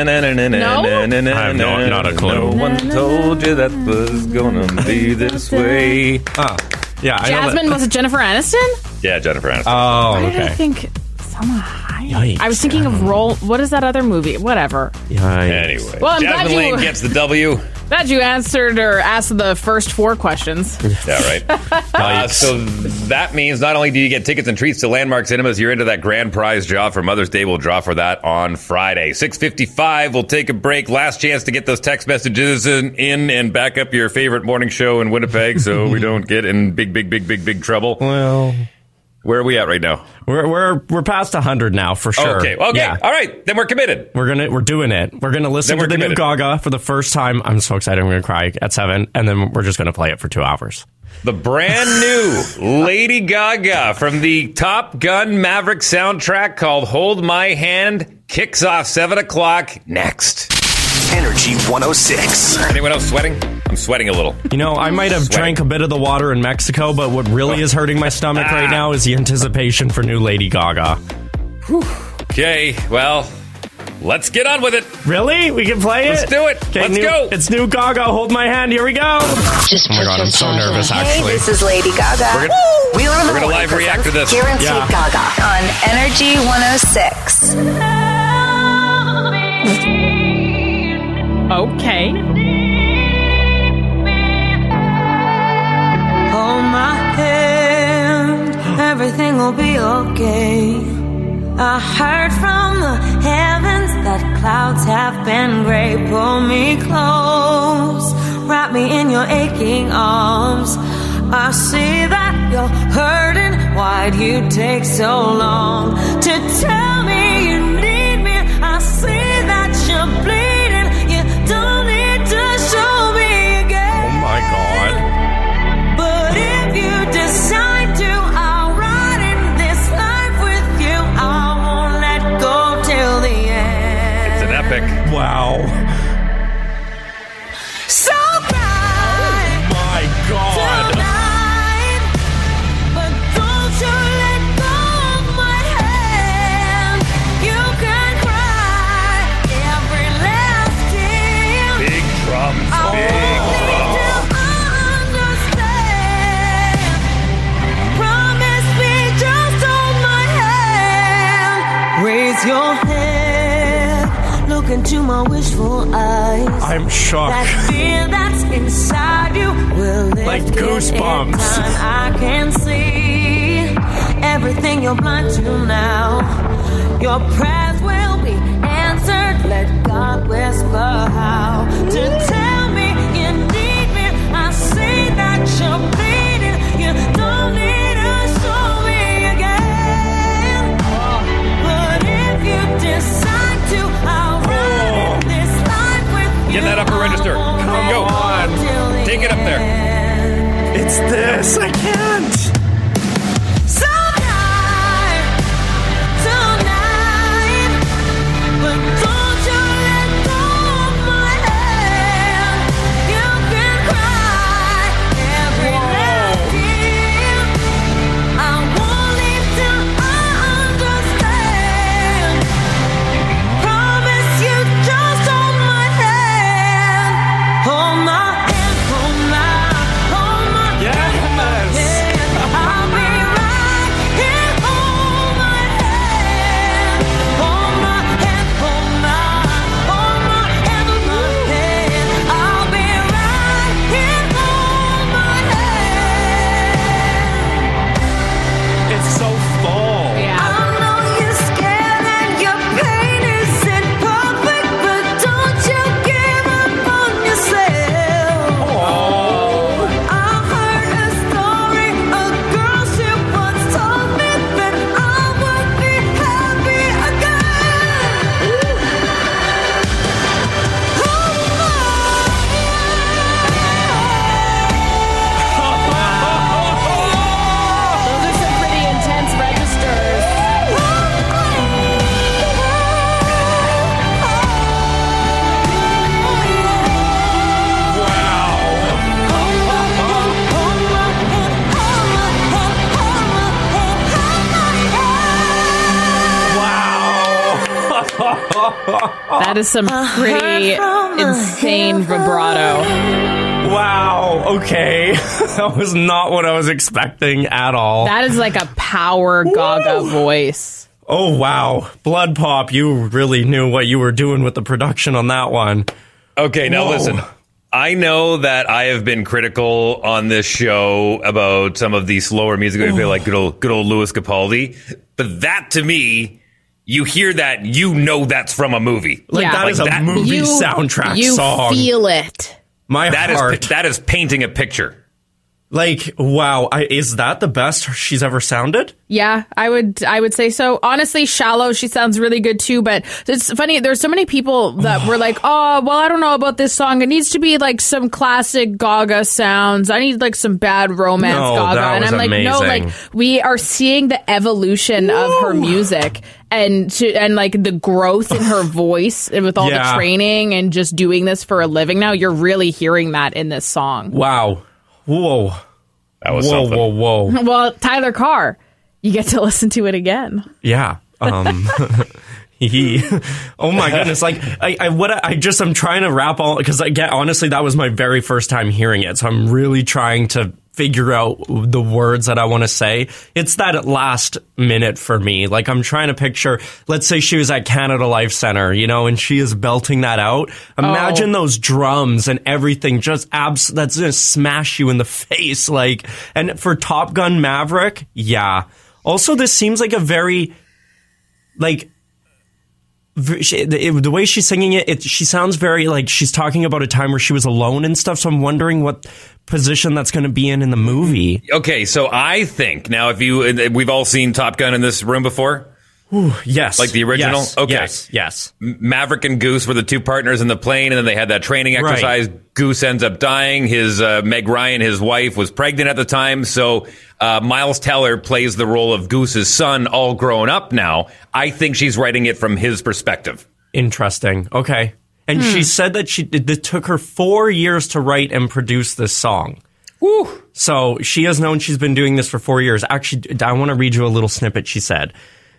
I have no- not a clue. No one told you that was gonna be this way. Ah. yeah, I know that- Jasmine, was it Jennifer Aniston? Yeah, Jennifer Aniston. Oh, Why did I okay. think Summer High? Yikes. I was thinking of Roll. What is that other movie? Whatever. Yikes. anyway, Well, I'm glad Jasmine you- Lane gets the W. Glad you answered or asked the first four questions. Yeah, right. uh, so that means not only do you get tickets and treats to Landmark Cinemas, you're into that grand prize draw for Mother's Day. We'll draw for that on Friday. 6.55, we'll take a break. Last chance to get those text messages in, in and back up your favorite morning show in Winnipeg so we don't get in big, big, big, big, big trouble. Well, Where are we at right now? we're we're we're past 100 now for sure. Okay, okay. Yeah. All right, then we're committed. We're gonna we're doing it. We're gonna listen Then to we're the new committed. Gaga for the first time. I'm so excited. I'm gonna cry at seven, and then we're just gonna play it for two hours. The brand new Lady Gaga from the Top Gun Maverick soundtrack called Hold My Hand kicks off 7 o'clock next. Energy 106. Anyone else sweating? I'm sweating a little. You know, I might have Sweating. drank a bit of the water in Mexico, but what really is hurting my stomach Ah. right now is the anticipation for new Lady Gaga. Okay, well, let's get on with it. Really? We can play Let's it? do it. Let's new- go. It's new Gaga. Hold my hand. Here we go. Just, Oh my god, I'm so nervous actually. This is Lady Gaga. We're gonna- Woo! Wheeler in the we're gonna Morning live react to presents this. Guaranteed Yeah. Gaga on Energy 106. Okay. Hold my hand, everything will be okay. I heard from the heavens that clouds have been gray. Pull me close, wrap me in your aching arms. I see that you're hurting. Why'd you take so long to tell me you need me? I see that you're bleeding. You don't need to show me again. Oh my god. But if you decide to, I'll ride in this life with you. I won't let go till the It's an end. epic. Wow. So cry Oh My god. tonight, but don't you let go of my hand. Oh, is your head. Look into my wishful eyes. I'm That shocked. fear that's inside you will lift Like It goosebumps. in time. I can see everything you're blind to now. Your prayers will be answered. Let God whisper how to tell me you need me. I see that you're bleeding. You don't need to show me again. But if you decide to, I'll run this life with you. Get that upper register. Come go on. Take it up there. It's this. I can't. Tonight, tonight, but don't you let go of my hand. You can cry every night. I won't leave till I understand. Promise you just hold my hand, hold my hand, hold my, hold my, hold my hand. I'll be right here, hold my hand, hold my hand, hold my, hold my hand, hold my hand. I'll be right here, hold my hand. It's so fall. Those are some pretty intense registers. That is some pretty insane vibrato. Wow. Okay. that was not what I was expecting at all. That is like a power gaga voice. Oh, wow. Blood Pop, you really knew what you were doing with the production on that one. Okay, now Whoa. listen. I know that I have been critical on this show about some of the slower music we feel like good old good old Louis Capaldi, but that to me, you hear that, you know that's from a movie. Like, Yeah. that is a movie You- soundtrack you song. feel it. My That is- heart. that is painting a picture. Like, wow. I, is that the best she's ever sounded? Yeah, I would I would say so. Honestly, shallow, she sounds really good too, but it's funny, there's so many people that were like, Oh, well, I don't know about this song. It needs to be like some classic gaga sounds. I need like some bad romance No, gaga. that and was I'm like, no, amazing. like we are seeing the evolution of her music and to, and like the growth in her voice and with all Yeah. the training and just doing this for a living now, you're really hearing that in this song. Wow. Whoa. That was whoa, something. Whoa, whoa, Well, Tyler Carr, you get to listen to it again. Yeah. Um, he. Oh my goodness! Like I, I what I, I just I'm trying to wrap all because I get honestly that was my very first time hearing it, so I'm really trying to figure out the words that I want to say. It's that last minute for me. Like I'm trying to picture. Let's say she was at Canada Life Center, you know, and she is belting that out. Imagine those drums and everything just abs. That's gonna smash you in the face. Like and for Top Gun Maverick, yeah. Also, this seems like a very like v- she, the, it, the way she's singing it, it, she sounds very like she's talking about a time where she was alone and stuff. So I'm wondering what position that's going to be in in the movie. Okay, so I think now if you and we've all seen Top Gun in this room before. Ooh, yes, Like the original? Yes, okay. yes, yes. M- Maverick and Goose were the two partners in the plane, and then they had that training Right. exercise. Goose ends up dying. His uh, Meg Ryan, his wife, was pregnant at the time, so uh, Miles Teller plays the role of Goose's son, all grown up now. I think she's writing it from his perspective. Interesting. Okay, and Hmm. she said that she it, it took her four years to write and produce this song. So she has known she's been doing this for four years. Actually, I want to read you a little snippet she said.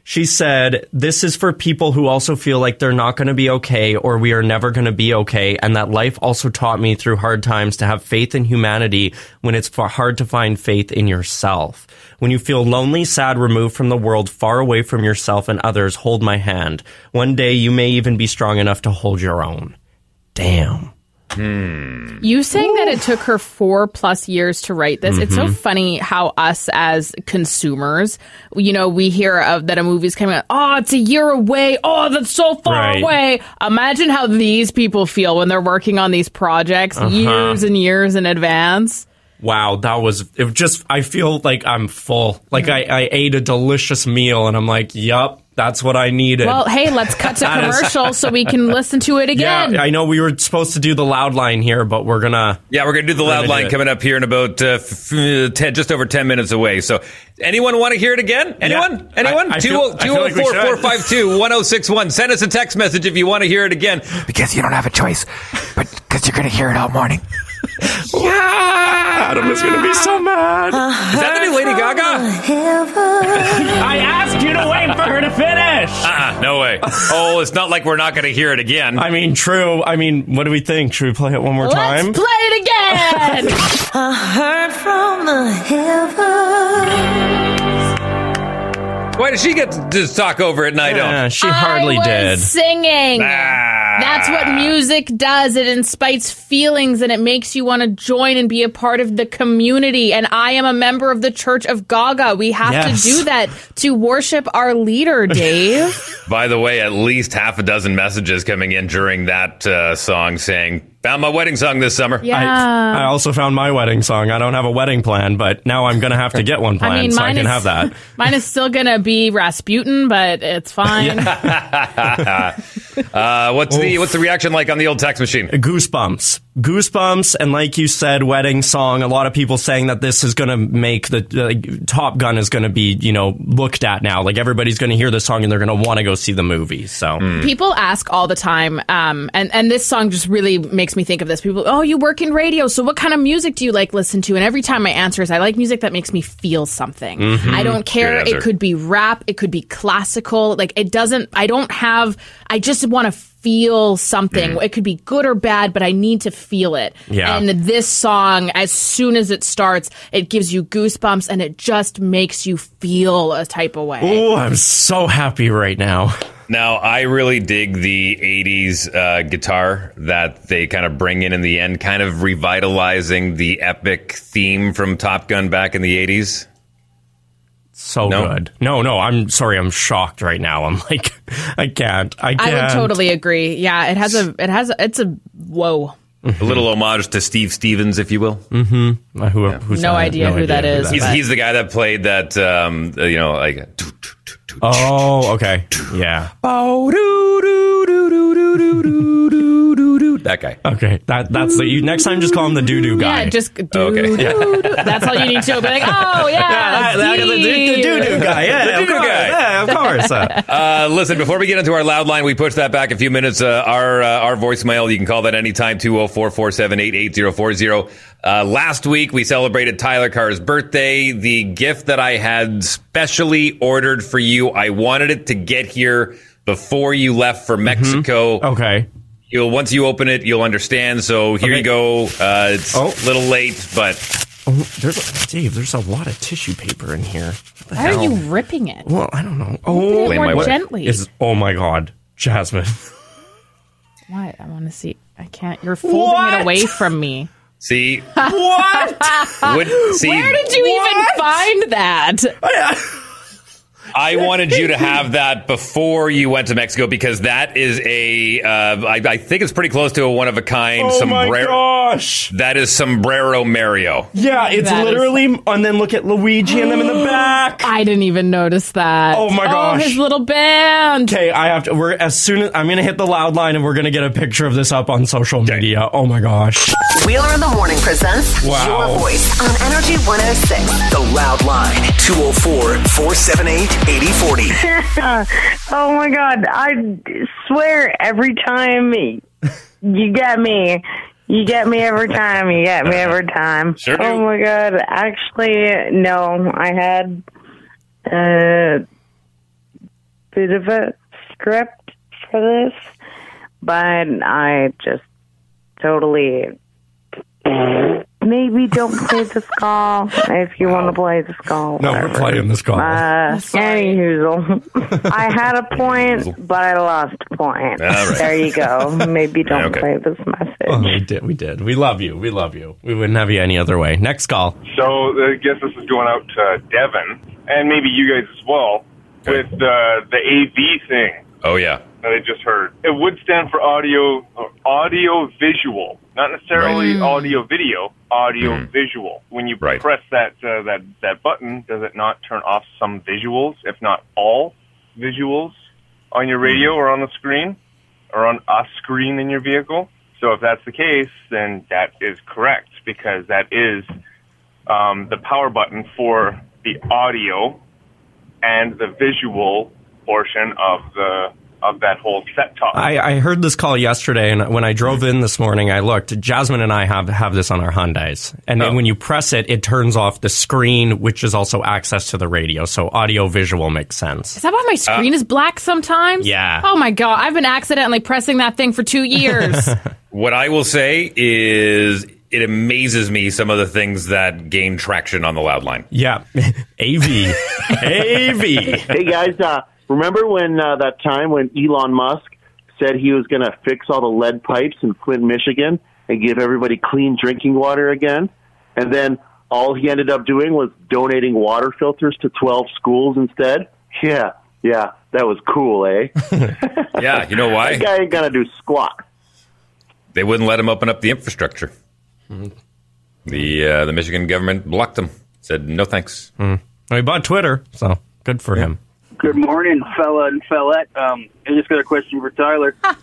She said, This is for people who also feel like they're not going to be okay or we are never going to be okay. And that life also taught me through hard times to have faith in humanity when it's fa- hard to find faith in yourself. When you feel lonely, sad, removed from the world, far away from yourself and others, hold my hand. One day you may even be strong enough to hold your own. Damn. Hmm. You saying that it took her four plus years to write this? It's so Mhm. funny how us as consumers, you know, we hear of that a movie's coming out. Oh, it's a year away. Oh, that's so far Right. away. Imagine how these people feel when they're working on these projects Uh-huh. years and years in advance. Wow, that was it. Just I feel like I'm full. Like I, I ate a delicious meal, and I'm like, "Yup, that's what I needed." Well, hey, let's cut to That is- commercial so we can listen to it again. Yeah, I know we were supposed to do the loud line here, but we're gonna. Yeah, we're going to do the We're loud gonna do line it. coming up here in about uh, f- f- 10, just over 10 minutes away. So, anyone want to hear it again? Anyone? I- Anyone? oh, I feel- I feel like we 204 452 1061. Send us a text message if you want to hear it again because you don't have a choice, but because you're going to hear it all morning. Adam is gonna be so mad. Is that the new Lady Gaga? I asked you to wait for her to finish. Uh-uh, no way. Oh, it's not like we're not going to hear it again. I mean, true. I mean, what do we think? Should we play it one more time? Let's play it again. I heard from the heavens. Why did she get to just talk over it and I don't? she I was Singing. Ah. That's what music does. It incites feelings and it makes you want to join and be a part of the community. And I am a member of the Church of Gaga. We have Yes. to do that to worship our leader, Dave. By the way, at least half a dozen messages coming in during that uh, song saying, Found my wedding song this summer. Yeah. I also found my wedding song. I don't have a wedding plan, but now I'm gonna have to get one I planned mean, so I mine can is- have that. Mine is still going to be Rasputin, but it's fine. uh, what's the what's the reaction like on the old text machine? Goosebumps. Goosebumps. And like you said, wedding song. A lot of people saying that this is going to make the like, Top Gun is going to be, you know, looked at now. Like everybody's going to hear the song and they're going to want to go see the movie. So Mm. Hmm. People ask all the time, um, and and this song just really makes me think of this. People, oh, you work in radio, so what kind of music do you like listen to? And every time my answer is, I like music that makes me feel something. Mhm. I don't care. Good answer. It could be rap, it could be classical. Like it doesn't. I don't have. I just want to feel something. It could be good or bad, but I need to feel it. Mm. Yeah. And this song, as soon as it starts, it gives you goosebumps, and it just makes you feel a type of way. Oh, I'm so happy right now. Now, I really dig the 80s uh, guitar that they kind of bring in in the end, kind of revitalizing the epic theme from Top Gun back in the 80s. So No. good. No, no, I'm sorry. I'm shocked right now. I'm like, I can't. I can't. I would totally agree. Yeah, it has a it has a, it's a whoa. A little homage to Steve Stevens, if you will. Mm-hmm. Who, who's No that? idea who that is, He's, but- he's the guy that played that, um, uh, you know, like. Oh, okay. Yeah. Oh, do, do, do, do, do, do, do, do, do, do. That guy. Okay. That that's the you, next time. Just call him the doo doo guy. Yeah, just doo Okay. Yeah. doo. That's all you need to know. Be like, oh yeah, Yeah, that- that- the doo- the doo-doo guy. Yeah, The of doo-doo course. guy. Yeah, of course. Uh, listen, before we get into our loud line, we push that back a few minutes. Uh, our uh, our voicemail, you can call that anytime, 204-478-8040. Uh, last week, we celebrated Tyler Carr's birthday. The gift that I had specially ordered for you, I wanted it to get here before you left for Mexico. Mm-hmm. Okay. You'll Once you open it, you'll understand. So here you go. Uh, it's a little late, but Oh, there's a, Dave. There's a lot of tissue paper in here. What the Why are hell? you ripping it? Well, I don't know. Open it Oh, Blame more my wife. gently. Is, oh my God, Jasmine. What? I want to see. I can't. You're folding it away from me. see, What? Would- see- Where did you even find that? I wanted you to have that before you went to Mexico because that is a, uh, I, I think it's pretty close to a one of a kind Oh my sombrero. gosh! That is sombrero Mario. Yeah, it's That is- literally. and then look at Luigi and them in the back. I didn't even notice that. Oh my Oh, gosh. his little band. Okay, I have to. We're as soon as I'm gonna hit the loud line, and we're gonna get a picture of this up on social media. Oh my gosh! Wheeler in the Morning presents Wow. Your Voice on Energy 106. The Loud Line, 204 478 8040. oh my god! I swear, every time you get me, you get me every time. You get me every time. Sure do. Oh my god! Actually, no, I had uh, bit of a script for this, but I just totally maybe don't play this call if you want to play this call. No, we're playing this call. Uh, any hoozle. I had a point, but I lost a point. All right. There you go. Maybe don't play this message. Oh, we did. We did. We love you. We love you. We wouldn't have you any other way. Next call. So uh, I guess this is going out to Devin and maybe you guys as well with uh, the AV thing Oh yeah. that I just heard. It would stand for audio, uh, audio visual, not necessarily Right. Mm. audio video, audio visual. When you Mm-hmm. Right. press that uh, that that button, does it not turn off some visuals, if not all visuals, on your radio or on the screen, or on a screen in your vehicle? So if that's the case, then that is correct because that is um, the power button for the audio and the visual portion of the of that whole set top. I, I heard this call yesterday, and when I drove in this morning, I looked. Jasmine and I have, have this on our Hyundais, and then when you press it, it turns off the screen, which is also access to the radio. So audio visual makes sense. Is that why my screen Uh, is black sometimes? Yeah. Oh my god, I've been accidentally pressing that thing for two years. What I will say is it amazes me some of the things that gain traction on the loud line. Yeah, AV, AV. Hey guys, uh, remember when uh, that time when Elon Musk said he was going to fix all the lead pipes in Flint, Michigan, and give everybody clean drinking water again? And then all he ended up doing was donating water filters to twelve schools instead. Yeah, yeah, that was cool, eh? Yeah, you know why? That guy ain't gonna do squat. They wouldn't let him open up the infrastructure. Mm-hmm. The uh, the Michigan government blocked him. Said no thanks. Hmm. And We bought Twitter, so good for him. Good morning, fella and fellette. Um, I just got a question for Tyler. uh,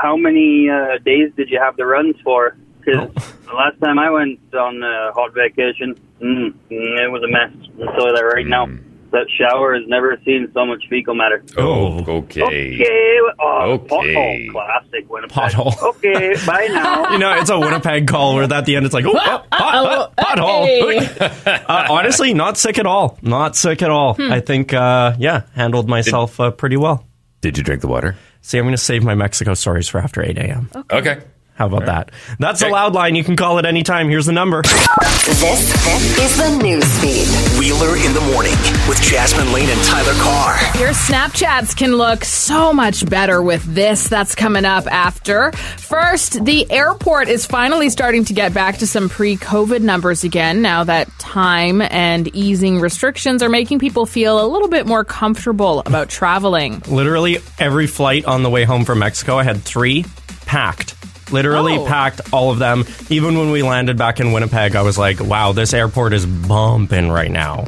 how many uh, days did you have the runs for? Because the last time I went on a hot vacation, mm, mm, it was a mess. I'll tell you that right Mm. now. That shower has never seen so much fecal matter. Oh, okay. Okay. Oh, Okay. Pothole classic. Winnipeg. Pothole. Okay. Bye now. You know, it's a Winnipeg call where at the end it's like, oh, oh, pot, oh, pothole. uh, honestly, not sick at all. Not sick at all. Hmm. I think, uh, yeah, handled myself uh, pretty well. Did you drink the water? See, I'm going to save my Mexico stories for after 8 a.m. Okay. How about that? That's a loud line. You can call it anytime. Here's the number. This, this is the news feed. Wheeler in the morning with Jasmine Lane and Tyler Carr. Your Snapchats can look so much better with this. That's coming up after. First, the airport is finally starting to get back to some pre COVID numbers again now that time and easing restrictions are making people feel a little bit more comfortable about traveling. Literally every flight on the way home from Mexico, I had three packed. Literally Oh. packed all of them. Even when we landed back in Winnipeg, I was like, wow, this airport is bumping right now.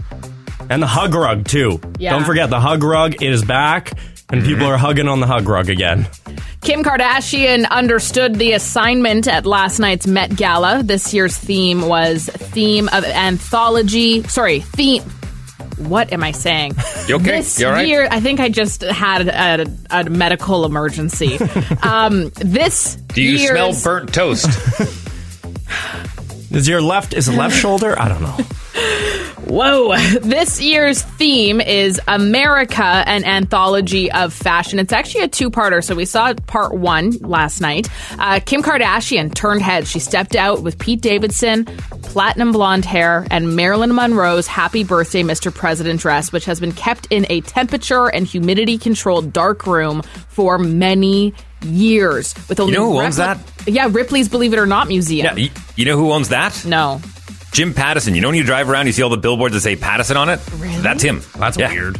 And the hug rug, too. Yeah. Don't forget, the hug rug is back, and Mm-hmm. people are hugging on the hug rug again. Kim Kardashian understood the assignment at last night's Met Gala. This year's theme was theme of anthology. Sorry, theme. What am I saying? You okay? This You all right? year, I think I just had a, a medical emergency. um, this Do you year's- smell burnt toast? Is your left, is it left shoulder? I don't know. Whoa. This year's theme is America, an anthology of fashion. It's actually a two parter. So we saw part one last night. Uh, Kim Kardashian turned head. She stepped out with Pete Davidson, platinum blonde hair, and Marilyn Monroe's Happy Birthday, Mr. President dress, which has been kept in a temperature and humidity controlled dark room for many years. With only know who owns repli- Yeah, Ripley's Believe It or Not Museum. Yeah, y- you know who owns that? No. Jim Pattison. You know when you drive around, you see all the billboards that say Pattison on it? Really? That's him. That's weird.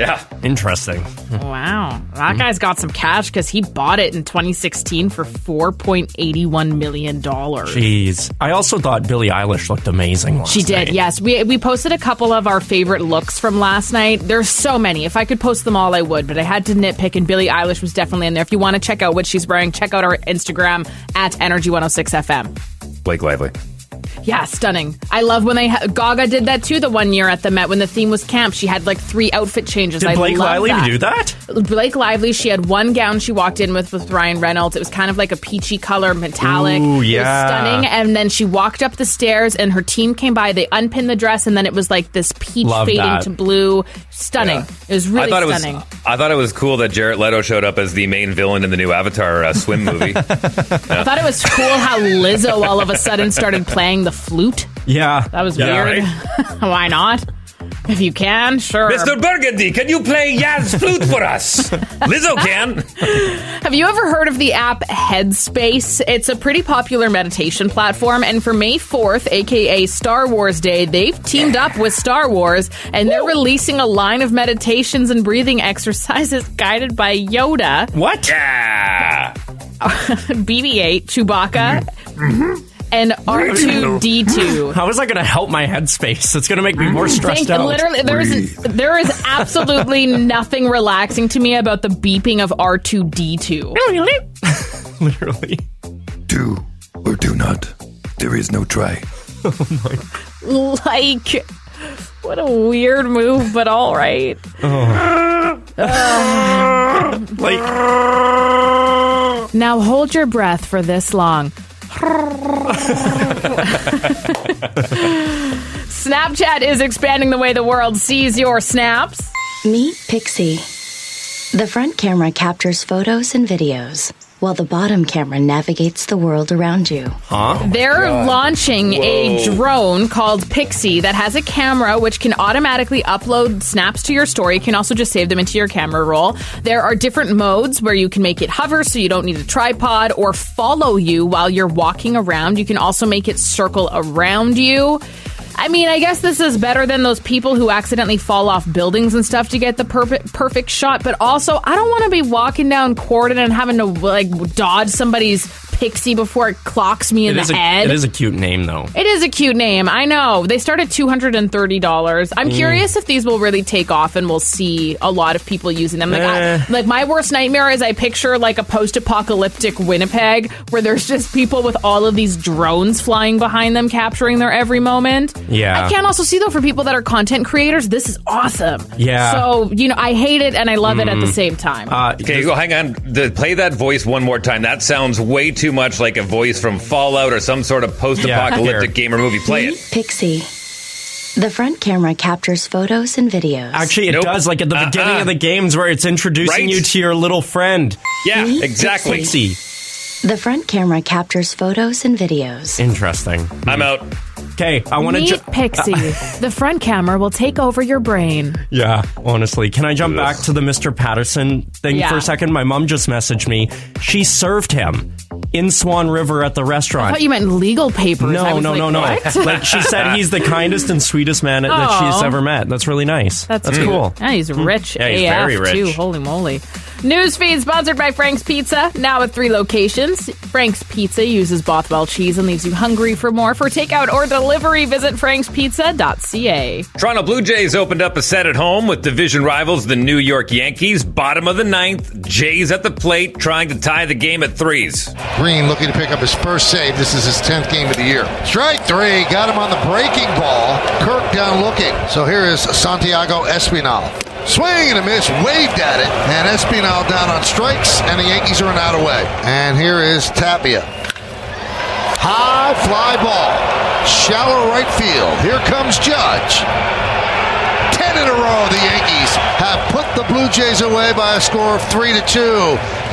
Yeah. Interesting. Wow. That guy's got some cash because he bought it in 2016 for $4.81 million. Jeez. I also thought Billie Eilish looked amazing last She did, night. yes. We, we posted a couple of our favorite looks from last night. There's so many. If I could post them all, I would, but I had to nitpick, and Billie Eilish was definitely in there. If you want to check out oh what she's wearing, check out our Instagram at Energy106FM. Blake Lively. Yeah, stunning. I love when they ha- Gaga did that too. The one year at the Met when the theme was camp, she had like three outfit changes. Did I Blake love Lively do that? Blake Lively, she had one gown she walked in with with Ryan Reynolds. It was kind of like a peachy color, metallic. Ooh, It yeah. was stunning. And then she walked up the stairs, and her team came by. They unpinned the dress, and then it was like this peach Love fading that. to blue. Stunning. It was really I thought stunning. it was. I thought it was cool that Jared Leto showed up as the main villain in the new Avatar uh, swim movie. I thought it was cool how Lizzo all of a sudden started playing the flute. Yeah, That was Yeah, weird. Why not? If you can, sure. Mr. Burgundy, can you play Yaz's flute for us? Lizzo can. Have you ever heard of the app Headspace? It's a pretty popular meditation platform, and for May 4th, aka Star Wars Day, they've teamed up with Star Wars and they're releasing a line of meditations and breathing exercises guided by Yoda. What? Yeah. BB 8, Chewbacca, and R2D2. How is that going to help my headspace? It's going to make me more stressed Think- out. Literally, there is there is absolutely nothing relaxing to me about the beeping of R two D two. Do or do not. There is no try. Like, what a weird move, but all right. Oh. Um, Now hold your breath for this long. Snapchat is expanding the way the world sees your snaps. Meet Pixie. The front camera captures photos and videos, while the bottom camera navigates the world around you. Huh? They're launching a Whoa. drone called Pixie that has a camera which can automatically upload snaps to your story. You can also just save them into your camera roll. There are different modes where you can make it hover so you don't need a tripod or follow you while you're walking around. You can also make it circle around you. I mean, I guess this is better than those people who accidentally fall off buildings and stuff to get the perfect perfect shot. But also, I don't want to be walking down Corden and having to like dodge somebody's pixie before it clocks me in It the is a, head. it is a cute name, though. It is a cute name. I know. They start at $230. I'm Mm. curious if these will really take off and we'll see a lot of people using them. Like, Eh. I, like my worst nightmare is I picture like a post-apocalyptic Winnipeg where there's just people with all of these drones flying behind them capturing their every moment. Yeah. I can also see though for people that are content creators, this is awesome. Yeah. So, you know, I hate it and I love it at the Mm. same time. Uh, okay, go. Hang on. The, play that voice one more time. That sounds way too much like a voice from Fallout or some sort of post-apocalyptic game or movie. Play it. Pixie. The front camera captures photos and videos. Actually, it does. Like at Uh-uh. the beginning of the games where it's introducing Right? you to your little friend. Yeah, Me? exactly. Pixie. The front camera captures photos and videos. Interesting. I'm out. Okay, I want to. Meet Pixie. the front camera will take over your brain. Yeah, honestly. Can I jump back to the Mr. Patterson thing Yeah. for a second? My mom just messaged me. She served him in Swan River at the I restaurant. thought you meant legal papers. I no, was no, like, no, no, "What?" Like she said, he's the kindest and sweetest man that Aw. she's ever met. That's really nice. That's, cute. cool. Yeah, he's Mm. rich. Yeah, he's AF very rich. Too. Holy moly. Newsfeed sponsored by Frank's Pizza, now at three locations. Frank's Pizza uses Bothwell cheese and leaves you hungry for more. For takeout or delivery, visit frankspizza.ca. Toronto Blue Jays opened up a set at home with division rivals, the New York Yankees. Bottom of the ninth, Jays at the plate, trying to tie the game at threes. Green looking to pick up his first save. This is his 10th game of the year. Strike three. Got him on the breaking ball. Kirk down looking. So here is Santiago Espinal. Swing and a miss. Waved at it. And Espinal down on strikes. And the Yankees are an out away. And here is Tapia. High fly ball. Shallow right field. Here comes Judge. 10 in a row, the Yankees have put the Blue Jays away by a score of 3 to 2.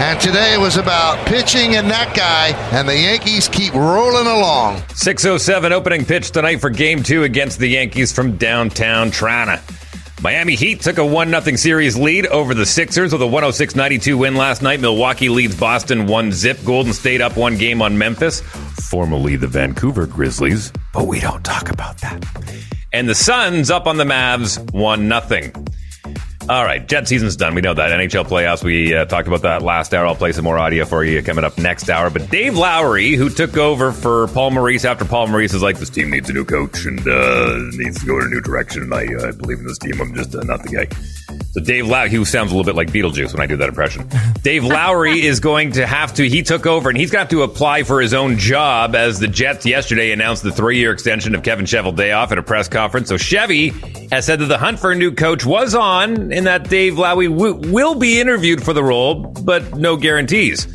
And today was about pitching and that guy, and the Yankees keep rolling along. 607 opening pitch tonight for game two against the Yankees from downtown Toronto. Miami Heat took a 1 0 series lead over the Sixers with a 106 92 win last night. Milwaukee leads Boston 1 zip. Golden State up one game on Memphis, formerly the Vancouver Grizzlies. But we don't talk about that. And the Suns up on the Mavs 1 0. All right, Jet season's done. We know that. NHL playoffs, we uh, talked about that last hour. I'll play some more audio for you coming up next hour. But Dave Lowry, who took over for Paul Maurice after Paul Maurice is like, this team needs a new coach and uh, needs to go in a new direction. I, I believe in this team. I'm just uh, not the guy. So Dave Lowry, who sounds a little bit like Beetlejuice when I do that impression. Dave Lowry is going to have to, he took over and he's got to apply for his own job as the Jets yesterday announced the three year extension of Kevin Chevel day off at a press conference. So Chevy has said that the hunt for a new coach was on and that Dave Lowry w- will be interviewed for the role, but no guarantees.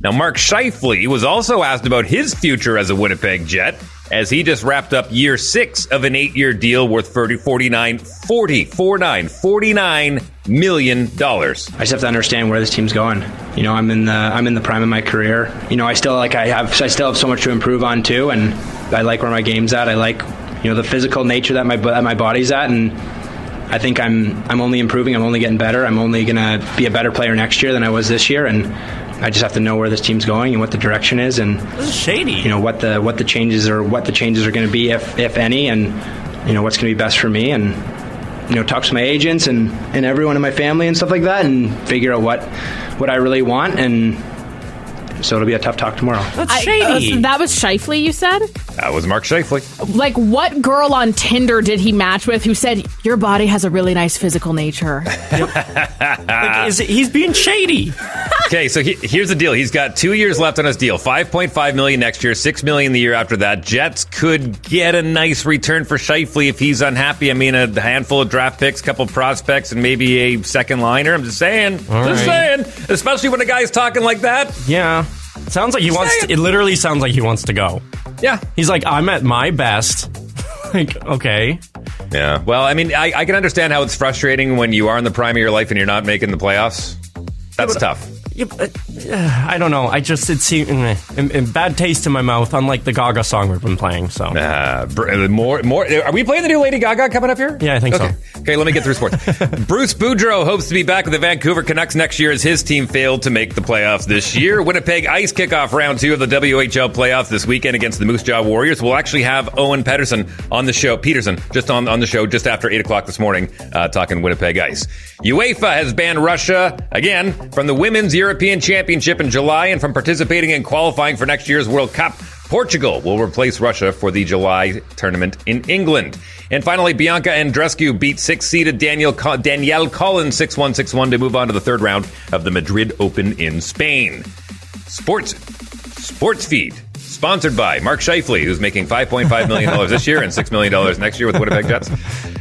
Now, Mark Shifley was also asked about his future as a Winnipeg Jet as he just wrapped up year six of an eight year deal worth 30, 49, 40, 49, 49 million dollars. I just have to understand where this team's going. You know, I'm in the I'm in the prime of my career. You know, I still like I have I still have so much to improve on too, and I like where my game's at. I like you know the physical nature that my bo- that my body's at, and I think I'm I'm only improving. I'm only getting better. I'm only gonna be a better player next year than I was this year, and I just have to know where this team's going and what the direction is, and This is shady. you know what the what the changes are what the changes are going to be if if any and you know what's going to be best for me and you know talk to my agents and and everyone in my family and stuff like that and figure out what what I really want and so it'll be a tough talk tomorrow. I- uh, that was Shifley, you said? That was Mark Shifley. Like, what girl on Tinder did he match with who said, Your body has a really nice physical nature? is it, he's being shady. okay, so he, here's the deal. He's got two years left on his deal. Five point five million next year, six million the year after that. Jets could get a nice return for Shifley if he's unhappy. I mean, a handful of draft picks, couple prospects, and maybe a second liner. I'm just saying, All just right. saying. Especially when a guy's talking like that. Yeah. Sounds like he wants to, it literally sounds like he wants to go. Yeah. He's like, I'm at my best. like, okay. Yeah. Well, I mean, I, I can understand how it's frustrating when you are in the prime of your life and you're not making the playoffs. That's tough. Yeah, but, uh, I don't know. I just it seemed mm, in, in bad taste in my mouth, unlike the Gaga song we've been playing. So uh, more, more. Are we playing the new Lady Gaga coming up here? Yeah, I think okay. so. Okay, let me get through sports. Bruce Boudreau hopes to be back with the Vancouver Canucks next year as his team failed to make the playoffs this year. Winnipeg Ice kickoff round two of the WHL playoffs this weekend against the Moose Jaw Warriors. We'll actually have Owen Pedersen on the show, Peterson, just on, on the show just after 8 o'clock this morning, uh, talking Winnipeg Ice. UEFA has banned Russia, again, from the Women's European Championship in July and from participating in qualifying for next year's World Cup. Portugal will replace Russia for the July tournament in England. And finally, Bianca Andrescu beat six-seeded Daniel Co- Danielle Collins 6-1-6-1 to move on to the third round of the Madrid Open in Spain. Sports Sports Feed, sponsored by Mark Shifley, who's making $5.5 million this year and $6 million next year with Winnipeg Jets.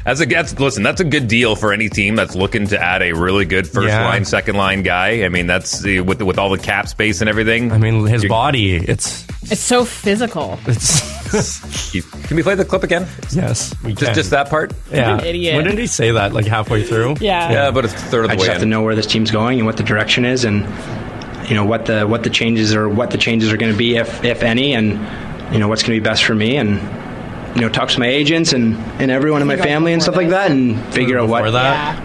As a that's, listen, that's a good deal for any team that's looking to add a really good first Yeah. line, second line guy. I mean, that's uh, with with all the cap space and everything. I mean, his body, it's It's so physical. it's. You- can we play the clip again? Yes, we Just- can. just that part? Yeah, What an idiot. When did he say that? Like halfway through? Yeah. Yeah, but it's third I just have to know where this team's going and what the direction is, and you know what the what the changes are what the changes are going to be if if any, and you know what's going to be best for me, and you know talk to my agents and and everyone in my family and stuff like that, and figure out what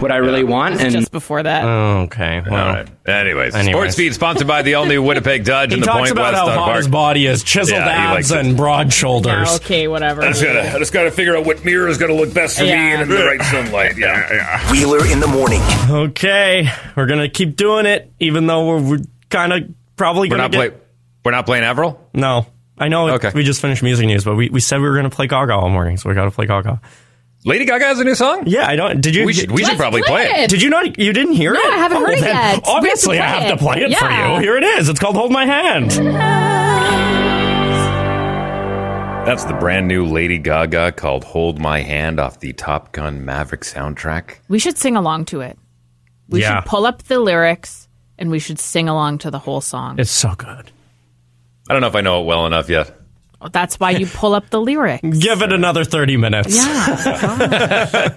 what I really want. And just before that, uh, okay. All right. Anyways, Anyways. Sports Feed sponsored by the all new Winnipeg Dodge He and the talks Point about West how Dog hot Park. his body is, chiseled Yeah, he likes abs it. and broad Yeah, shoulders. okay, whatever. I just gotta, I just gotta figure out what mirror is gonna look best for me Yeah. and in the right sunlight. Yeah, yeah. Wheeler in the morning. Okay, we're gonna keep doing it, even though we're, we're kind of probably We're gonna not get- play, We're not playing Avril. No, I know. it- Okay. we just finished music news, but we, we said we were gonna play Gaga all morning, so we gotta play Gaga. Lady Gaga has a new song. Yeah, I don't. Did you? We should- we should Let's probably play play it. it. Did you not? You didn't hear No, it? Oh, I haven't heard it then yet. We have to Obviously, I play have to it. play it Yeah. for you. Here it is. It's called "Hold My Hand." That's the brand new Lady Gaga called "Hold My Hand" off the Top Gun Maverick soundtrack. we should sing along to it. We Yeah. should pull up the lyrics and we should sing along to the whole song. It's so good. I don't know if I know it well enough yet. That's why you pull up the lyric. Give it another thirty minutes. Yeah.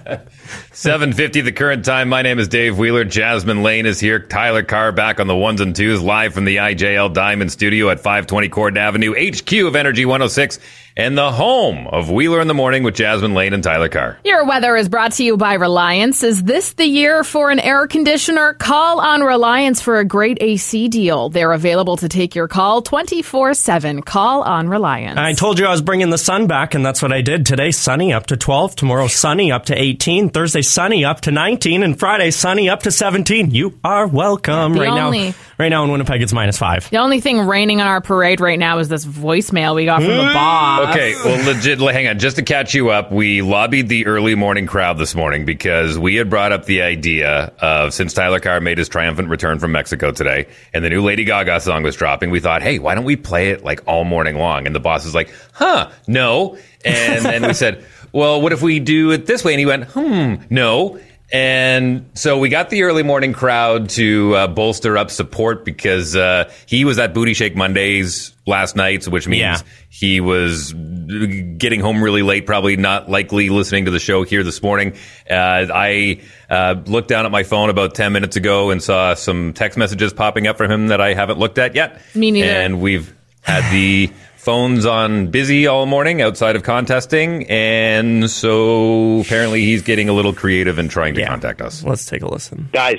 Seven fifty, the current time. My name is Dave Wheeler. Jasmine Lane is here. Tyler Carr back on the ones and twos, live from the IJL Diamond Studio at five twenty Corden Avenue, HQ of Energy one hundred six, and the home of Wheeler in the Morning with Jasmine Lane and Tyler Carr. Your weather is brought to you by Reliance. Is this the year for an air conditioner? Call on Reliance for a great AC deal. They're available to take your call 24 7. Call on Reliance. I told you I was bringing the sun back, and that's what I did. Today, sunny up to 12. Tomorrow, sunny up to 18. Thursday, sunny up to 19. And Friday, sunny up to 17. You are welcome The right only- now. Right now in Winnipeg, it's minus five. The only thing raining on our parade right now is this voicemail we got from the boss. Okay, well, legit, hang on. Just to catch you up, we lobbied the early morning crowd this morning because we had brought up the idea of since Tyler Carr made his triumphant return from Mexico today and the new Lady Gaga song was dropping, we thought, hey, why don't we play it like all morning long? And the boss is like, huh, no. And then we said, well, what if we do it this way? And he went, hmm, no. And so we got the early morning crowd to uh, bolster up support because uh, he was at Booty Shake Mondays last night, which means Yeah. he was getting home really late, probably not likely listening to the show here this morning. Uh, I uh, looked down at my phone about 10 minutes ago and saw some text messages popping up from him that I haven't looked at yet. Me neither. And we've had the phones on busy all morning outside of contesting. And so apparently he's getting a little creative and trying to contact us. Let's take a listen. guys.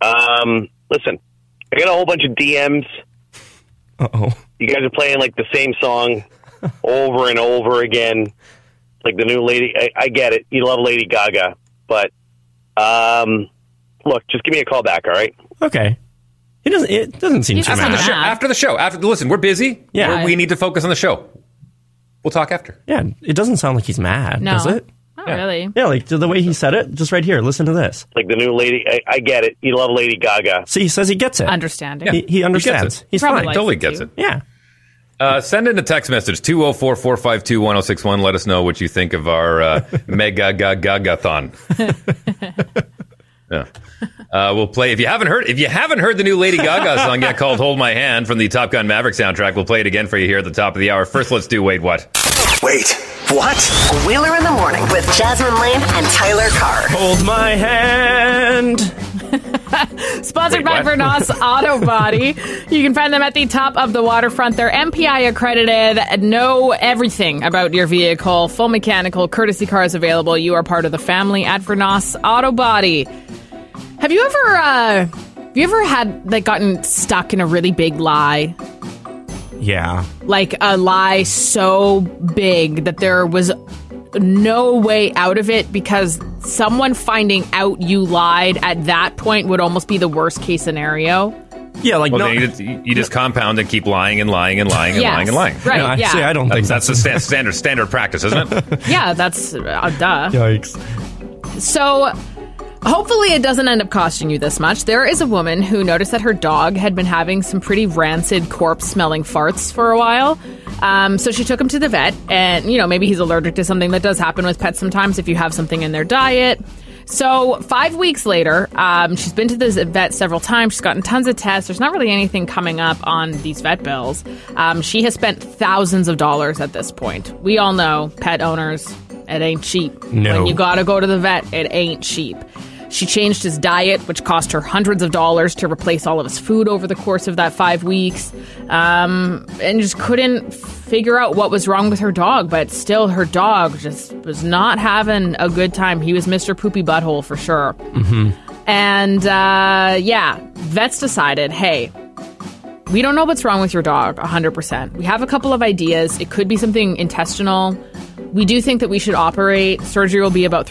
Um, listen, I got a whole bunch of DMs. Uh oh. You guys are playing like the same song over and over again. Like the new lady, I, I get it. You love Lady Gaga, but um, look, just give me a call back. All right. Okay. It doesn't. It doesn't seem too after bad. the show. After the show. After listen, we're busy. Yeah. We're- we need to focus on the show. We'll talk after. Yeah, it doesn't sound like he's mad, No. does it? Not really. Yeah, like the way he said it, just right here. Listen to this. Like the new lady, I, I get it. You love Lady Gaga. See, he says he gets it. Understanding. He, he understands. it. He's Probably fine. likes Totally gets it. Yeah. Uh, send in a text message 204 452 1061. Let us know what you think of our uh, mega gagathon. yeah. Uh, we'll play if you haven't heard if you haven't heard the new Lady Gaga song yet called "Hold My Hand" from the Top Gun Maverick soundtrack. We'll play it again for you here at the top of the hour. First, let's do wait what. Wait, what? Wheeler in the morning with Jasmine Lane and Tyler Carr. Hold my hand. Sponsored Wait, by what? Vernos Auto Body. You can find them at the top of the waterfront. They're MPI accredited, know everything about your vehicle, full mechanical, courtesy cars available. You are part of the family at Vernos Auto Body. Have you ever, uh, have you ever had, like, gotten stuck in a really big lie? Yeah. like a lie so big that there was no way out of it because someone finding out you lied at that point would almost be the worst case scenario. Yeah, like well, no- then you, just, you just compound and keep lying and lying and lying and Yes, lying and lying. right, No, I- yeah. see, I don't that's, think that's the sta- standard standard practice, isn't it? Yeah, that's uh, duh. Yikes. So hopefully it doesn't end up costing you this much. There is a woman who noticed that her dog had been having some pretty rancid corpse smelling farts for a while. Um, so she took him to the vet, and you know, maybe he's allergic to something that does happen with pets sometimes if you have something in their diet. So, five weeks later, um, she's been to this vet several times. She's gotten tons of tests. There's not really anything coming up on these vet bills. Um, she has spent thousands of dollars at this point. We all know pet owners, it ain't cheap. No. When you gotta go to the vet, it ain't cheap. She changed his diet, which cost her hundreds of dollars to replace all of his food over the course of that five weeks, um, and just couldn't figure out what was wrong with her dog. But still, her dog just was not having a good time. He was Mr. Poopy Butthole for sure. Mm-hmm. And uh, yeah, vets decided hey, we don't know what's wrong with your dog 100%. We have a couple of ideas. It could be something intestinal. We do think that we should operate. Surgery will be about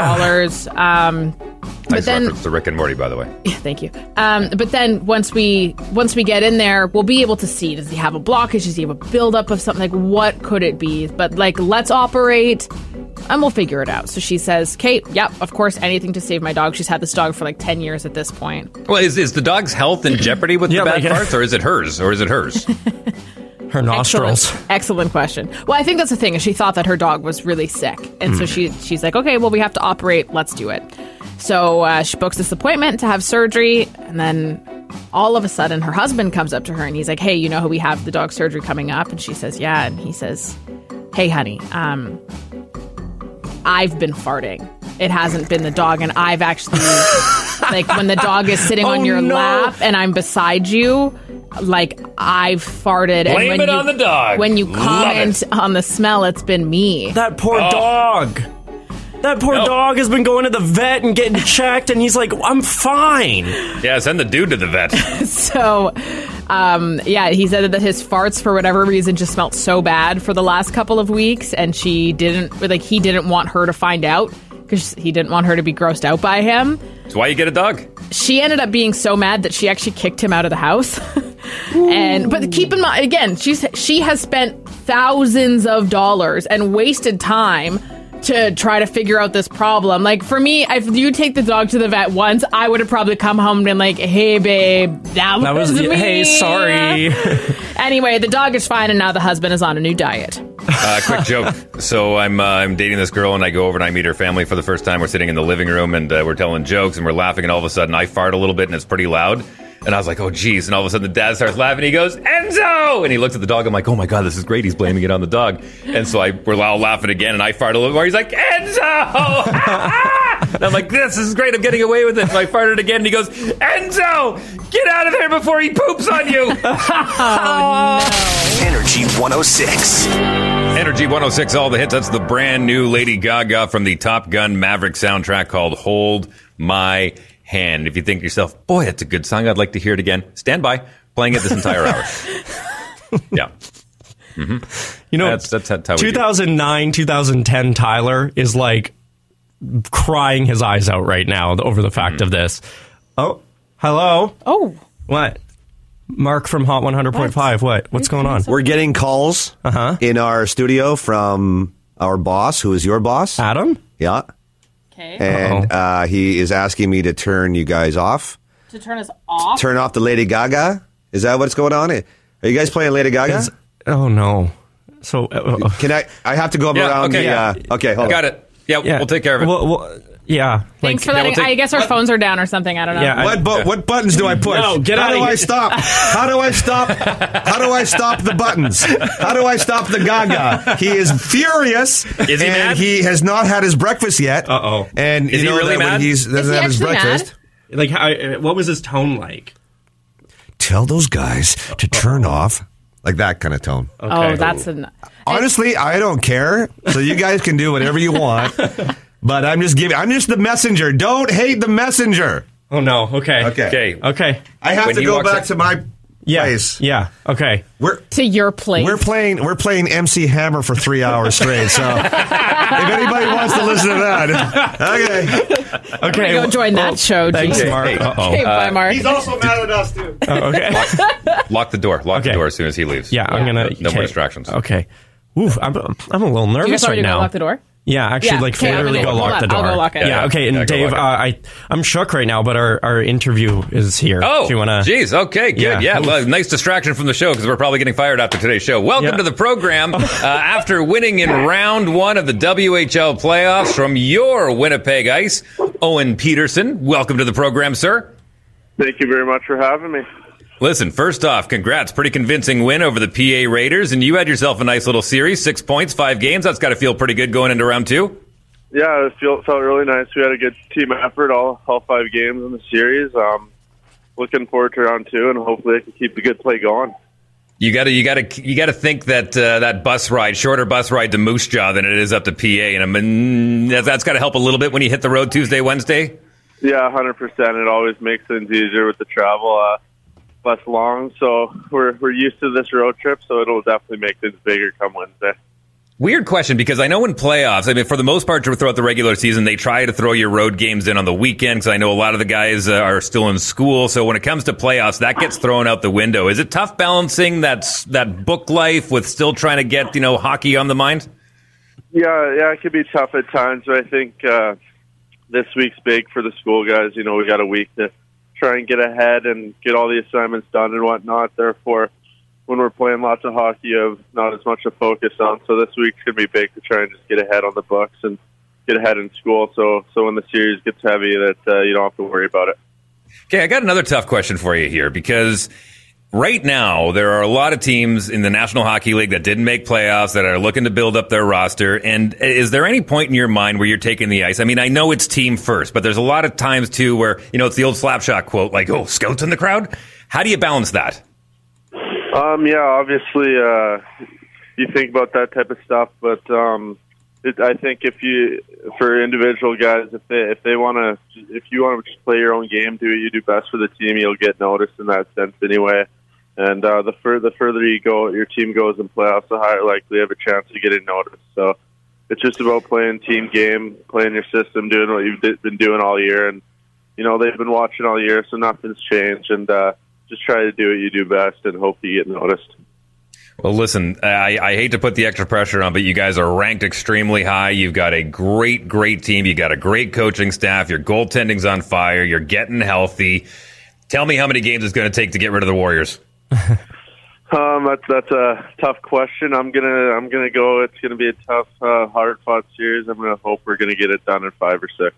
$3,000. Um, but nice then. reference to Rick and Morty, by the way. Yeah, thank you. Um, but then once we once we get in there, we'll be able to see does he have a blockage? Does he have a buildup of something? Like what could it be? But like let's operate and we'll figure it out. So she says, Kate, yep, of course, anything to save my dog. She's had this dog for like ten years at this point. Well, is, is the dog's health in jeopardy with the bad parts, or is it hers, or is it hers? Her nostrils. Excellent question. Well, I think that's the thing is she thought that her dog was really sick, and so Hmm. she she's like, okay, well we have to operate. Let's do it. So uh, she books this appointment to have surgery, and then all of a sudden her husband comes up to her and he's like, hey, you know how we have the dog surgery coming up, and she says, yeah, and he says, hey, honey, um, I've been farting. It hasn't been the dog, and I've actually like when the dog is sitting Oh, on your no. lap and I'm beside you, like I've farted. and Blame when it you- on the dog. When you Love Oh. comment on the smell, it's been me. That poor Oh. dog. That poor dog has been going to the vet and getting checked, and he's like, "I'm fine." yeah, send the dude to the vet. so um, yeah he said that his farts for whatever reason just smelt so bad for the last couple of weeks and she didn't like he didn't want her to find out because he didn't want her to be grossed out by him That's why you get a dog. she ended up being so mad that she actually kicked him out of the house. and but keep in mind again, she's she has spent thousands of dollars and wasted time to try to figure out this problem. Like for me, if you take the dog to the vet once, I would have probably come home and been like, "Hey babe, that, That was, was me." hey, sorry. Anyway, the dog is fine and now the husband is on a new diet. Uh, quick joke. So I'm uh, I'm dating this girl, and I go over and I meet her family for the first time. We're sitting in the living room, and uh, we're telling jokes, and we're laughing, and all of a sudden I fart a little bit, and it's pretty loud. And I was like, oh geez. And all of a sudden the dad starts laughing. He goes, Enzo! And he looks at the dog. I'm like, oh my god, this is great. He's blaming it on the dog. And so I we're all laughing again, and I fart a little more. He's like, Enzo! and I'm like, this is great. I'm getting away with it. So I farted again, and he goes, Enzo, get out of there before he poops on you. Energy 106. Energy 106, all the hits. That's the brand new Lady Gaga from the Top Gun Maverick soundtrack called Hold My Hand. If you think to yourself, boy, that's a good song, I'd like to hear it again, stand by, playing it this entire hour. yeah. hmm You know, that's, that's how we do it. 2009, 2010 Tyler is like crying his eyes out right now over the Mm-hmm. fact of this. Oh, hello. Oh. What? Mark from Hot 100.5. What? What's going on? We're getting calls Uh-huh. in our studio from our boss, who is your boss, Adam. Yeah. Okay. And uh, he is asking me to turn you guys off. To turn us off. Turn off the Lady Gaga. Is that what's going on? Are you guys playing Lady Gaga? Is- oh no. So uh, can I? I have to go Yeah, around. okay, the, yeah. Uh, okay. Hold Got on. it. Yeah, we'll take care of it. Well, well, yeah. Thanks for letting. I guess our phones are down or something. I don't know. what, bu- what buttons do I push? No, get How outta do I here. stop? How do I stop? How do I stop the buttons? How do I stop the Gaga? He is furious. Is he and mad? He has not had his breakfast yet. Uh oh. And Is you he know really that when mad? he's doesn't have his breakfast. Like, how, uh, what was his tone like? Tell those guys to turn off. Like that kind of tone. Oh, that's an. Honestly, I don't care. So you guys can do whatever you want. But I'm just giving. I'm just the messenger. Don't hate the messenger. Oh no. Okay. Okay. Okay. Okay. I have When to he go walks back in- to my Yeah. place. Yeah. Okay. We're to your place. We're playing. We're playing MC Hammer for three hours straight. So if anybody wants to listen to that, okay. Okay, go join that show. oh, thanks, Jesus. Mark. Uh-oh. Okay, bye, Uh, Mark. He's also mad at us too. Oh, okay. Lock the door. Lock the door as soon as he leaves. Yeah, I'm gonna. No okay. more distractions. Okay. Oof, I'm, I'm a little you guys nervous want right me to go now. lock the door? Yeah, actually, Yeah, like okay, I'm literally gonna go go- lock the hold on, door. I'll go lock it. Yeah, Yeah, okay. yeah, And go Dave, uh, lock I I'm shook right now, but our, our interview is here. Oh, Do you wanna? Jeez. Okay. Good. Yeah. Yeah. well, nice distraction from the show because we're probably getting fired after today's show. Welcome Yeah. to the program. uh, after winning in round one of the WHL playoffs from your Winnipeg Ice, Owen Peterson. Welcome to the program, sir. Thank you very much for having me. Listen, first off, congrats. Pretty convincing win over the PA Raiders, and you had yourself a nice little series. Six points, five games. That's got to feel pretty good going into round two. Yeah, it felt felt really nice. We had a good team effort all all five games in the series. Um, looking forward to round two, and hopefully I can keep the good play going. You gotta, you gotta, you gotta think that uh, that bus ride, shorter bus ride to Moose Jaw than it is up to PA, and I mean, that- that's gotta help a little bit when you hit the road Tuesday, Wednesday. Yeah, hundred percent. It always makes things easier with the travel. Uh, less long, so we're we're used to this road trip, so it'll definitely make things bigger come Wednesday. Weird question because I know in playoffs, I mean, for the most part, throughout the regular season, they try to throw your road games in on the weekend because I know a lot of the guys uh, are still in school. So when it comes to playoffs, that gets thrown out the window. Is it tough balancing that s- that book life with still trying to get you know hockey on the mind? Yeah, yeah, it can be tough at times, but I think uh, this week's big for the school guys. You know, we got a week to try and get ahead and get all the assignments done and whatnot. Therefore, when we're playing lots of hockey, you have not as much to focus on. So this week's gonna be big to try and just get ahead on the books and get ahead in school. So so when the series gets heavy, that uh, you don't have to worry about it. Okay, I got another tough question for you here because right now there are a lot of teams in the National Hockey League that didn't make playoffs that are looking to build up their roster. And is there any point in your mind where you're taking the ice? I mean, I know it's team first, but there's a lot of times too where, you know, it's the old slapshot quote like, oh, scouts in the crowd. How do you balance that? Um, yeah, obviously, uh, you think about that type of stuff, but um, it, I think if you, for individual guys, if they if they want to, if you want to just play your own game, do what you do best for the team, you'll get noticed in that sense anyway. And uh, the further the further you go, your team goes in playoffs, the higher likely you have a chance of getting noticed. So it's just about playing team game, playing your system, doing what you've d- been doing all year, and you know they've been watching all year, so nothing's changed. And uh, just try to do what you do best, and hope you get noticed. Well, listen, I, I hate to put the extra pressure on, but you guys are ranked extremely high. You've got a great, great team. You got a great coaching staff. Your goaltending's on fire. You're getting healthy. Tell me how many games it's going to take to get rid of the Warriors. Um, that's that's a tough question. I'm gonna I'm gonna go. It's gonna be a tough, uh, hard fought series. I'm gonna hope we're gonna get it done in five or six.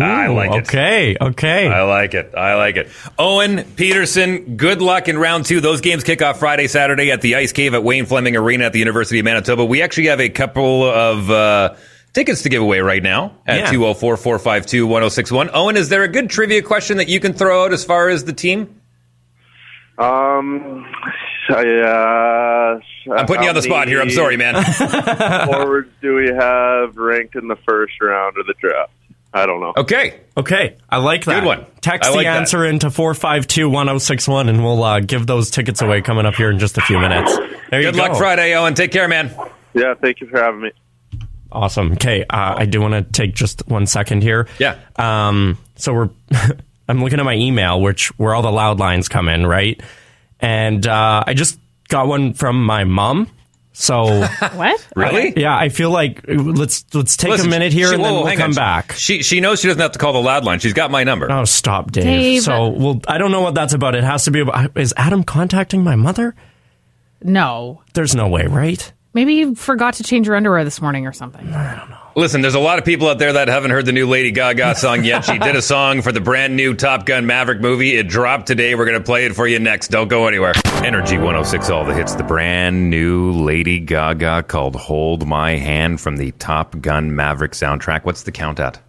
I like it. Okay, okay. I like it. I like it. Owen Peterson, good luck in round two. Those games kick off Friday, Saturday at the Ice Cave at Wayne Fleming Arena at the University of Manitoba. We actually have a couple of uh, tickets to give away right now Yeah. at 204 452 1061. Owen, is there a good trivia question that you can throw out as far as the team? Um, I, uh, I'm putting you on the spot here. I'm sorry, man. forwards do we have ranked in the first round of the draft? I don't know. Okay. Okay. I like that. Good one. Text I like the that. answer into 452 1061, and we'll uh, give those tickets away coming up here in just a few minutes. There you good go. luck Friday, Owen. Take care, man. Yeah, thank you for having me. Awesome. Okay, uh, I do want to take just one second here. Yeah. Um. So we're, I'm looking at my email, which where all the loud lines come in, right? And uh, I just got one from my mom. So What? Really? yeah, I feel like let's let's take Listen, a minute here she- and whoa, then whoa, we'll hang come on. back. She she knows she doesn't have to call the loud line. She's got my number. Oh, stop, Dave. Dave. So well, I don't know what that's about. It has to be about. Is Adam contacting my mother? No. There's no way, right? Maybe you forgot to change your underwear this morning or something. Listen, there's a lot of people out there that haven't heard the new Lady Gaga song yet. She did a song for the brand new Top Gun Maverick movie. It dropped today. We're going to play it for you next. Don't go anywhere. Energy 106 All the Hits, the brand new Lady Gaga called Hold My Hand from the Top Gun Maverick soundtrack. What's the count at?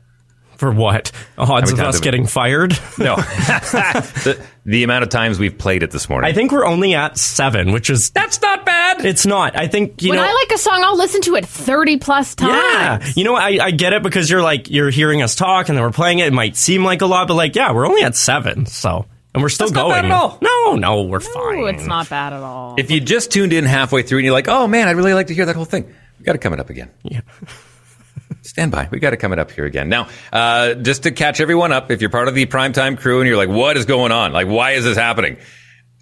For what? Odds Every of time us they- getting fired? No. the, the amount of times we've played it this morning. I think we're only at seven, which is that's not bad. It's not. I think you when know. I like a song, I'll listen to it 30 plus times. yeah, you know, I, I get it because you're like you're hearing us talk and then we're playing it. It might seem like a lot, but like yeah, we're only at seven, so and we're still That's not going. bad at all. No, no, we're Ooh, fine. it's not bad at all. If you just tuned in halfway through and you're like, oh man, I'd really like to hear that whole thing, we got to come it up again. Yeah. Stand by. We got to come it up here again. Now, uh, just to catch everyone up, if you're part of the primetime crew and you're like, what is going on? Like, why is this happening?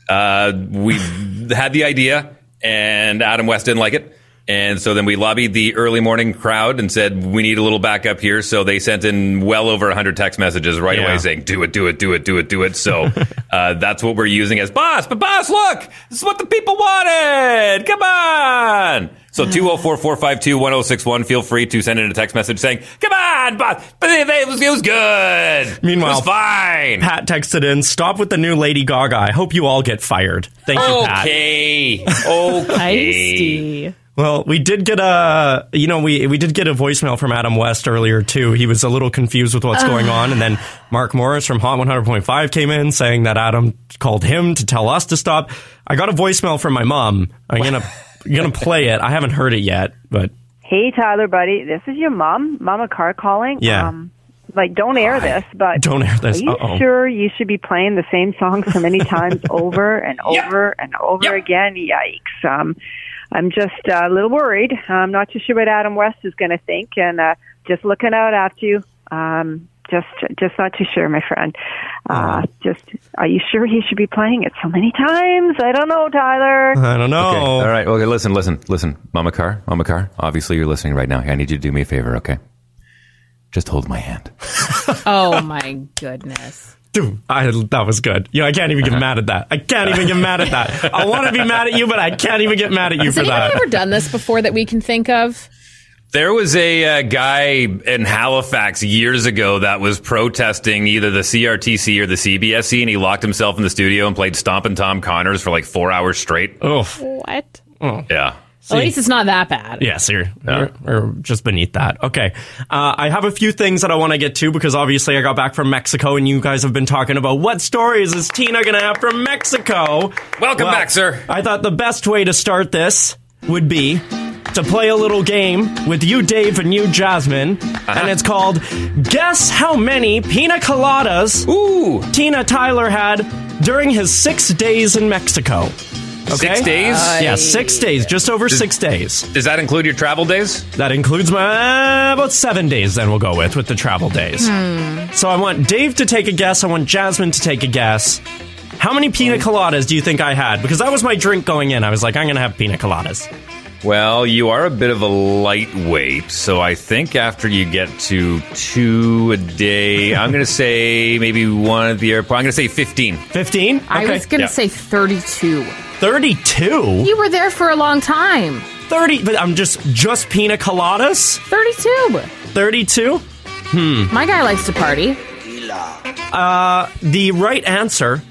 Uh, we had the idea and Adam West didn't like it. And so then we lobbied the early morning crowd and said, we need a little backup here. So they sent in well over 100 text messages right Yeah. away saying, do it, do it, do it, do it, do it. So uh, that's what we're using as boss. But boss, look, this is what the people wanted. Come on. So 204 452 1061. Feel free to send in a text message saying, come on, boss. But it it was, it was good. Meanwhile- it was fine. Pat texted in, "Stop with the new Lady Gaga. I hope you all get fired." Thank you, Pat. okay. Okay. Tasty. Well, we did get a, you know, we we did get a voicemail from Adam West earlier too. He was a little confused with what's going on, and then Mark Morris from Hot 100.5 came in saying that Adam called him to tell us to stop. I got a voicemail from my mom. I'm gonna I'm gonna play it. I haven't heard it yet, but Hey, Tyler, buddy. This is your mom, Mama Car calling. Yeah. Um, like, don't air this, but Don't air this. Are you Uh-oh. sure you should be playing the same song so many times over and over and over again? Yikes! Um, I'm just uh, a little worried. I'm not too sure what Adam West is going to think, and uh, just looking out after you. Um, just, just not too sure, my friend. Uh, just, are you sure he should be playing it so many times? I don't know, Tyler. I don't know. Okay. All right. Okay. Listen. Listen. Listen. Mama Car. Mama Car. Obviously, you're listening right now. I need you to do me a favor. Okay. Just hold my hand. oh my goodness. Dude, I, that was good. Yeah, I can't even get mad at that. I can't even get mad at that. I want to be mad at you, but I can't even get mad at you Has for anyone that. ever done this before that we can think of? There was a uh, guy in Halifax years ago that was protesting either the CRTC or the CBSC, E, and he locked himself in the studio and played Stomp and Tom Connors for like four hours straight. Oh, What? yeah. At least it's not that bad. Yeah, so you're, you're- you're just beneath that. Okay. Uh, I have a few things that I want to get to because obviously I got back from Mexico and you guys have been talking about what stories is Tina going to have from Mexico? Welcome Well, back, sir. I thought the best way to start this would be to play a little game with you, Dave, and you, Jasmine. Uh-huh. And it's called Guess How Many Pina Coladas Tina Tyler had during his six days in Mexico. Six days? yeah, six days, just over six days. Does that include your travel days? That includes my uh, about seven days. Then we'll go with with the travel days. So I want Dave to take a guess. I want Jasmine to take a guess. How many pina coladas do you think I had? Because that was my drink going in. I was like, I'm going to have pina coladas. Well, you are a bit of a lightweight, so I think after you get to two a day, I'm going to say maybe one at the airport. I'm going to say 15. 15? I was going to say 32. 32? You were there for a long time. 30, but I'm just just pina coladas? 32. 32? Hmm. My guy likes to party. Uh, the right answer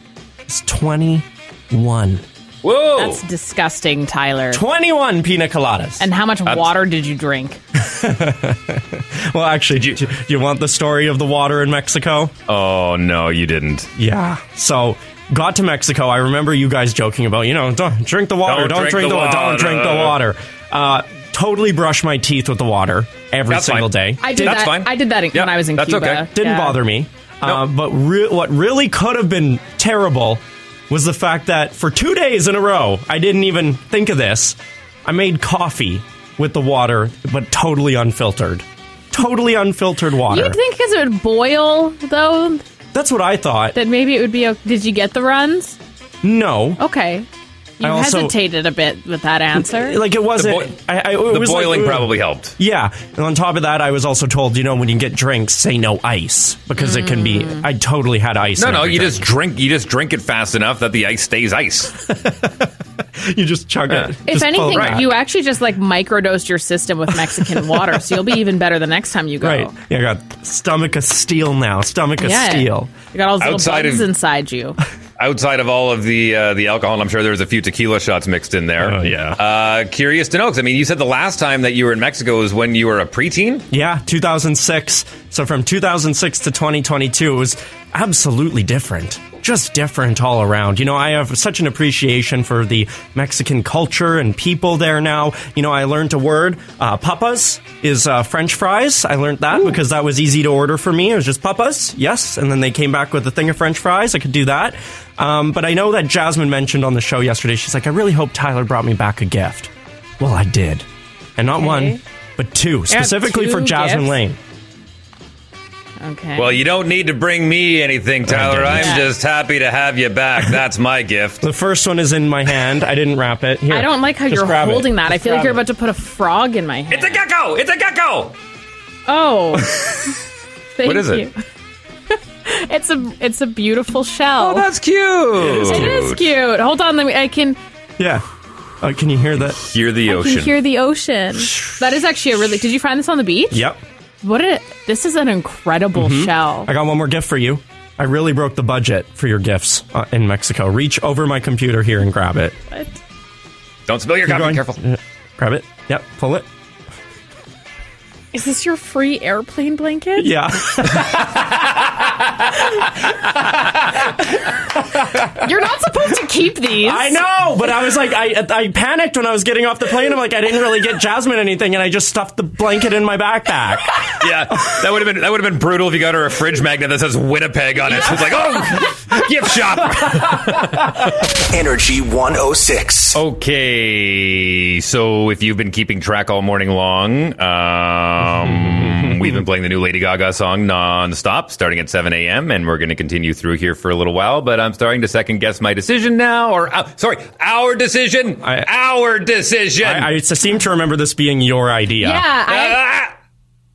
is 21. Whoa. That's disgusting, Tyler. 21 pina coladas. And how much water did you drink? Well, actually, do you, do you want the story of the water in Mexico? Oh, no, you didn't. Yeah. So, got to Mexico. I remember you guys joking about, you know, don't drink the water, Don't don't, drink drink, the the water, don't drink the water." water. Uh, totally brush my teeth with the water every That's single fine. day. I did that. I did that in- when I was in That's Cuba. okay. Didn't Yeah. bother me. Uh, but re- what really could have been terrible was the fact that for two days in a row, I didn't even think of this. I made coffee with the water, but totally unfiltered. Totally unfiltered water. You'd think because it would boil, though, That's what I thought. that maybe it would be. o Did you get the runs? No. Okay. You I also- hesitated a bit with that answer. Like it wasn't. I, I, it The was like, boiling ugh. probably helped. Yeah, and on top of that, I was also told, you know, when you get drinks, say no ice because it can be. Mm. I totally had ice. No, in no, every you drink. just drink. You just drink it fast enough that the ice stays ice. you just chug it. If anything, you actually just like microdosed your system with Mexican water, so you'll be even better the next time you go. Right. Yeah, I got stomach of steel now. Stomach of Yeah. steel. You got all those Outside little bugs of- inside you. Outside of all of the uh, the alcohol, and I'm sure there was a few tequila shots mixed in there. yeah. Uh, curious to know, because I mean, you said the last time that you were in Mexico was when you were a preteen. Yeah, 2006. So from 2006 to 2022, it was absolutely different. Just different all around. You know, I have such an appreciation for the Mexican culture and people there now. You know, I learned a word. Uh, papas is uh, French fries. I learned that because that was easy to order for me. It was just papas, yes. And then they came back with a thing of French fries. I could do that. Um, but I know that Jasmine mentioned on the show yesterday, she's like, I really hope Tyler brought me back a gift. Well, I did. And not one, but two Yeah, specifically two for Jasmine gifts. Lane. Okay. Well, you don't need to bring me anything, Tyler. didn't. I'm Yeah. just happy to have you back. That's my gift. The first one is in my hand. I didn't wrap it. Here, I don't like how just you're grab it. holding that. I Just feel like grab you're it. about to put a frog in my hand. It's a gecko. It's a gecko. Oh. Thank What is it? you. it's a it's a beautiful shell. Oh, that's cute. It is It is cute. cute. Hold on, let me I can Yeah. Uh, can you hear that? Hear the I can hear the ocean. That is actually a really Did you find this on the beach? Yep. What a This is an incredible Mm-hmm. Mhm. shell. I got one more gift for you. I really broke the budget for your gifts uh, in Mexico. Reach over my computer here and grab it. Don't spill your Keep coffee. going. Careful. Yeah. Grab it. Yep. Pull it. Is this your free airplane blanket? Yeah. You're not supposed to keep these. I know, but I was like, I I panicked when I was getting off the plane. I'm like, I didn't really get Jasmine anything, and I just stuffed the blanket in my backpack. Yeah, that would have been that would have been brutal if you got her a fridge magnet that says Winnipeg on it. It's like, oh, gift shop. Energy 106. Okay, so if you've been keeping track all morning long, um, we've been playing the new Lady Gaga song nonstop, starting at 7 a.m., and we're going to continue through here for a little while. But I'm starting to second guess my decision now, or uh, sorry, our decision, our decision. I, I seem to remember this being your idea. Uh, Yeah, I- Ah!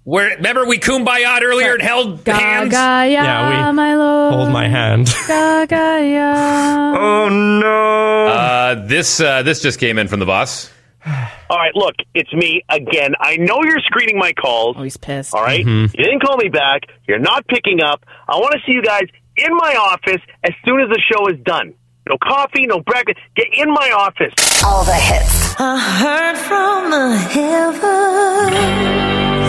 Where remember we kumbaya'd earlier and held hands. Gaga, Yeah, we- my lord. Hold my hand. Gaga, yeah. Oh no! Uh, this uh, this just came in from the boss. All right, look, it's me again. I know you're screening my calls. Oh, he's pissed. All right? Mhm. you didn't call me back. You're not picking up. I want to see you guys in my office as soon as the show is done. No coffee, no breakfast. Get in my office. All the hits. I heard from the heavens.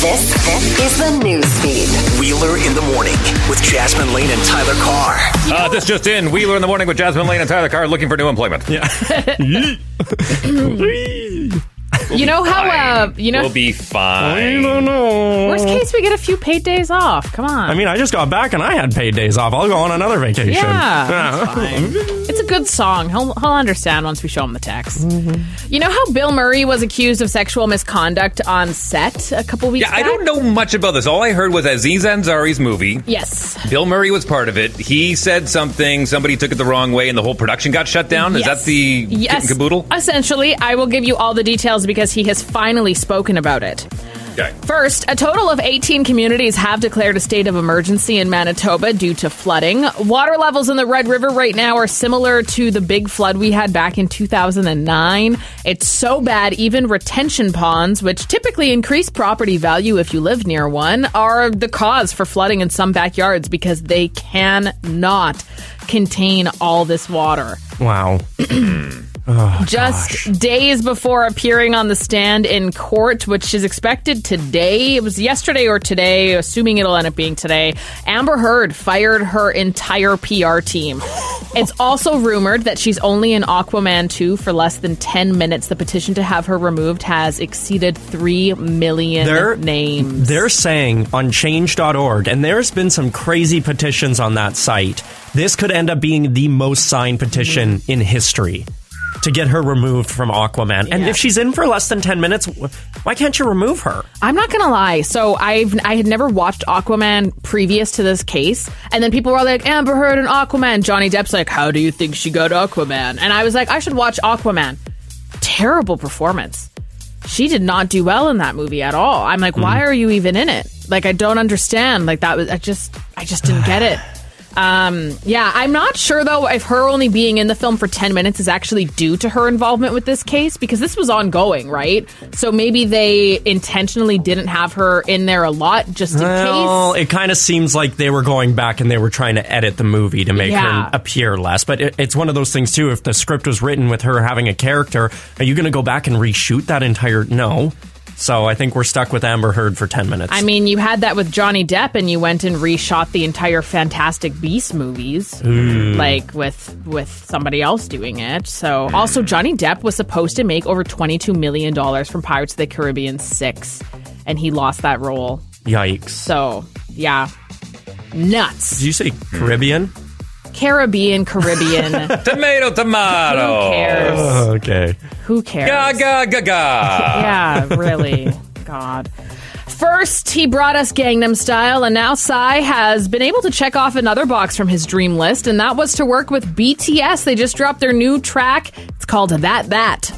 This, this is the news feed. Wheeler in the morning with Jasmine Lane and Tyler Carr. Uh, this just in: Wheeler in the morning with Jasmine Lane and Tyler Carr looking for new employment. Yeah. you know how uh, you know we'll be fine. worst case we get a few paid days off. Come on. I mean, I just got back and I had paid days off. I'll go on another vacation. Yeah, that's It's a good song. He'll, he'll understand once we show him the text. You know how Bill Murray was accused of sexual misconduct on set a couple weeks Yeah, I back? don't know much about this. All I heard was Aziz Ansari's movie. Yes. Bill Murray was part of it. He said something, somebody took it the wrong way, and the whole production got shut down. Is Yes. that the kit Yes. and caboodle? Essentially, I will give you all the details because he has finally spoken about it. Okay. First, a total of 18 communities have declared a state of emergency in Manitoba due to flooding. Water levels in the Red River right now are similar to the big flood we had back in 2009. It's so bad, even retention ponds, which typically increase property value if you live near one, are the cause for flooding in some backyards because they cannot contain all this water. Wow. Mm. oh, Just days before appearing on the stand in court, which is expected today. It was yesterday or today, assuming it'll end up being today. Amber Heard fired her entire PR team. it's also rumored that she's only in Aquaman 2 for less than 10 minutes. The petition to have her removed has exceeded 3 million They're- names. They're saying on change.org, and there's been some crazy petitions on that site. This could end up being the most signed petition Mm-hmm. in history to get her removed from Aquaman. And if she's in for less than 10 minutes, wh- why can't you remove her? I'm not gonna lie. So I've I had never watched Aquaman previous to this case, and then people were like Amber Heard and Aquaman. Johnny Depp's like, how do you think she got Aquaman? And I was like, I should watch Aquaman. Terrible performance. She did not do well in that movie at all. I'm like, why are you even in it? Like, I don't understand. Like that was I just I just didn't get it. Um, yeah, I'm not sure though if her only being in the film for 10 minutes is actually due to her involvement with this case because this was ongoing, right? So maybe they intentionally didn't have her in there a lot just in Well, case. it kind of seems like they were going back and they were trying to edit the movie to make Yeah. her appear less. But it, it's one of those things too. If the script was written with her having a character, are you going to go back and reshoot that entire? No. So I think we're stuck with Amber Heard for ten minutes. I mean, you had that with Johnny Depp and you went and reshot the entire Fantastic Beast movies Ooh. like with with somebody else doing it. So also Johnny Depp was supposed to make over 22 million dollars from Pirates of the Caribbean 6 and he lost that role. Yikes! So, yeah. Nuts. Did you say Caribbean? Caribbean, Caribbean. Tomato, tomato. Who cares? Oh, okay. Who cares? Ga, ga, ga, ga. yeah, really. God. First, he brought us Gangnam Style, and now Psy has been able to check off another box from his dream list, and that was to work with BTS. They just dropped their new track. It's called That That.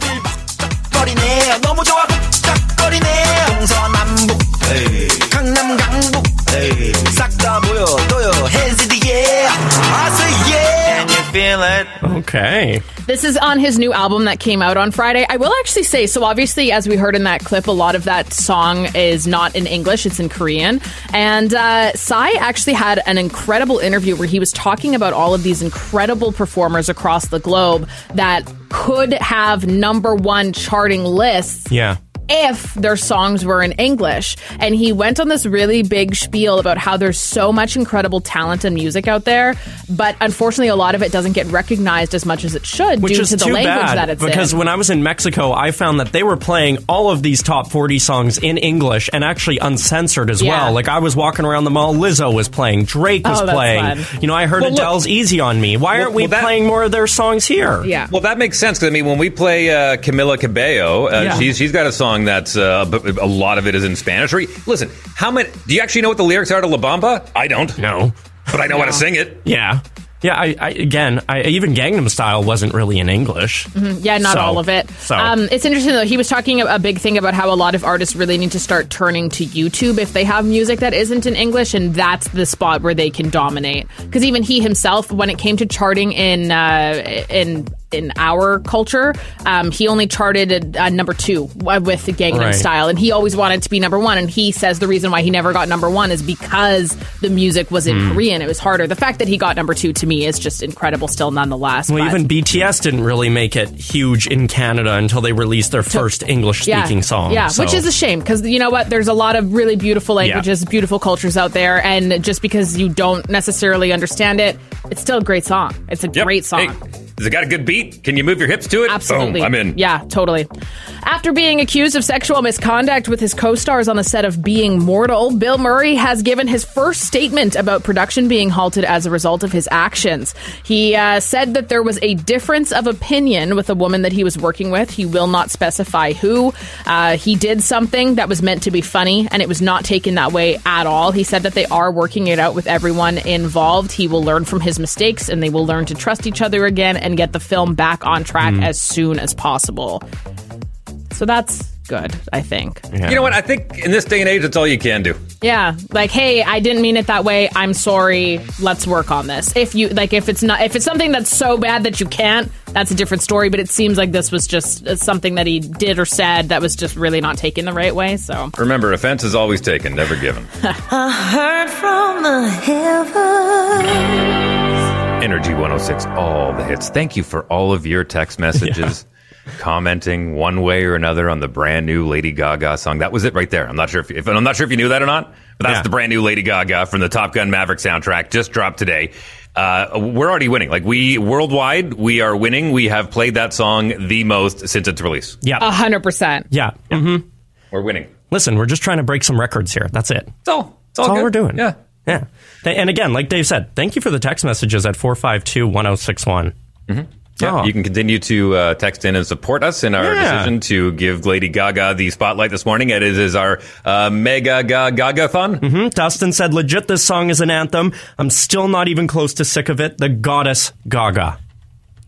거리네 너무 좋아 짝거리네 영서남북 강남 강북 싹 다 모여둬요 해지 뒤에 I say yeah Can you feel it? Okay. This is on his new album that came out on Friday. I will actually say, so obviously, as we heard in that clip, a lot of that song is not in English, it's in Korean. And uh, Psy actually had an incredible interview where he was talking about all of these incredible performers across the globe that could have number one charting lists Yeah. if their songs were in English. And he went on this really big spiel about how there's so much incredible talent and music out there, but unfortunately, a lot of it doesn't get recognized as much as it should Which due is to the too language bad that it's because in. when I was in Mexico, I found that they were playing all of these top 40 songs in English and actually uncensored as Yeah. well. Like I was walking around the mall, Lizzo was playing, Drake was Oh, that's playing. fun. You know, I heard Well, look- Adele's "Easy on Me." Why Well- aren't we well, that- playing more of their songs here? Well, that makes sense because I mean, when we play uh, Camila Cabello, uh, Yeah. she's she's got a song that's uh, b- a lot of it is in Spanish. Or, listen, how many? Do you actually know what the lyrics are to La Bamba? I don't. No, but I know how to sing it. Yeah, yeah. I, I again, I, even Gangnam Style wasn't really in English. Mhm. Yeah, not So- all of it. so- Um, it's interesting though. He was talking a, a big thing about how a lot of artists really need to start turning to YouTube if they have music that isn't in English, and that's the spot where they can dominate. Because even he himself, when it came to charting in uh, in in our culture, um, he only charted uh, number two uh, with Gangnam Right. Style, and he always wanted to be number one. And he says the reason why he never got number one is because the music was in Hmm. Korean; it was harder. The fact that he got number two to me is just incredible, still nonetheless. Well, but- even BTS didn't really make it huge in Canada until they released their first English-speaking yeah. song. Yeah, so- which is a shame because you know what? There's a lot of really beautiful languages, beautiful cultures out there, and just because you don't necessarily understand it, it's still a great song. It's a great song. Has it got a good beat? Can you move your hips to it? Absolutely. Boom, I'm in. Yeah, totally. After being accused of sexual misconduct with his co stars on the set of Being Mortal, Bill Murray has given his first statement about production being halted as a result of his actions. He uh, said that there was a difference of opinion with a woman that he was working with. He will not specify who. Uh, he did something that was meant to be funny, and it was not taken that way at all. He said that they are working it out with everyone involved. He will learn from his mistakes, and they will learn to trust each other again and get the film back on track Mm. as soon as possible. So that's good, I think. You know what? I think in this day and age, that's all you can do. Yeah, like hey, I didn't mean it that way. I'm sorry. Let's work on this. If you like if it's not if it's something that's so bad that you can't, that's a different story, but it seems like this was just uh, something that he did or said that was just really not taken the right way, so Remember, offense is always taken, never given. I heard from the heavens. Energy 106, all the hits. Thank you for all of your text messages, commenting one way or another on the brand new Lady Gaga song. That was it right there. I'm not sure if, if I'm not sure if you knew that or not, but that's the brand new Lady Gaga from the Top Gun Maverick soundtrack just dropped today. Uh, we're already winning. Like we worldwide, we are winning. We have played that song the most since its release. Yeah. A hundred percent. Yeah. Mm-hmm. We're winning. Listen, we're just trying to break some records here. That's it. That's all. That's all, we're doing. Yeah. Yeah. Th- And again, like Dave said, thank you for the text messages at 452 1061. Mm-hmm. Yeah, you can continue to uh, text in and support us in our Yeah. decision to give Lady Gaga the spotlight this morning. It is, is our uh, mega ga- Gaga fun. hmm Dustin said, legit, this song is an anthem. I'm still not even close to sick of it. The goddess Gaga.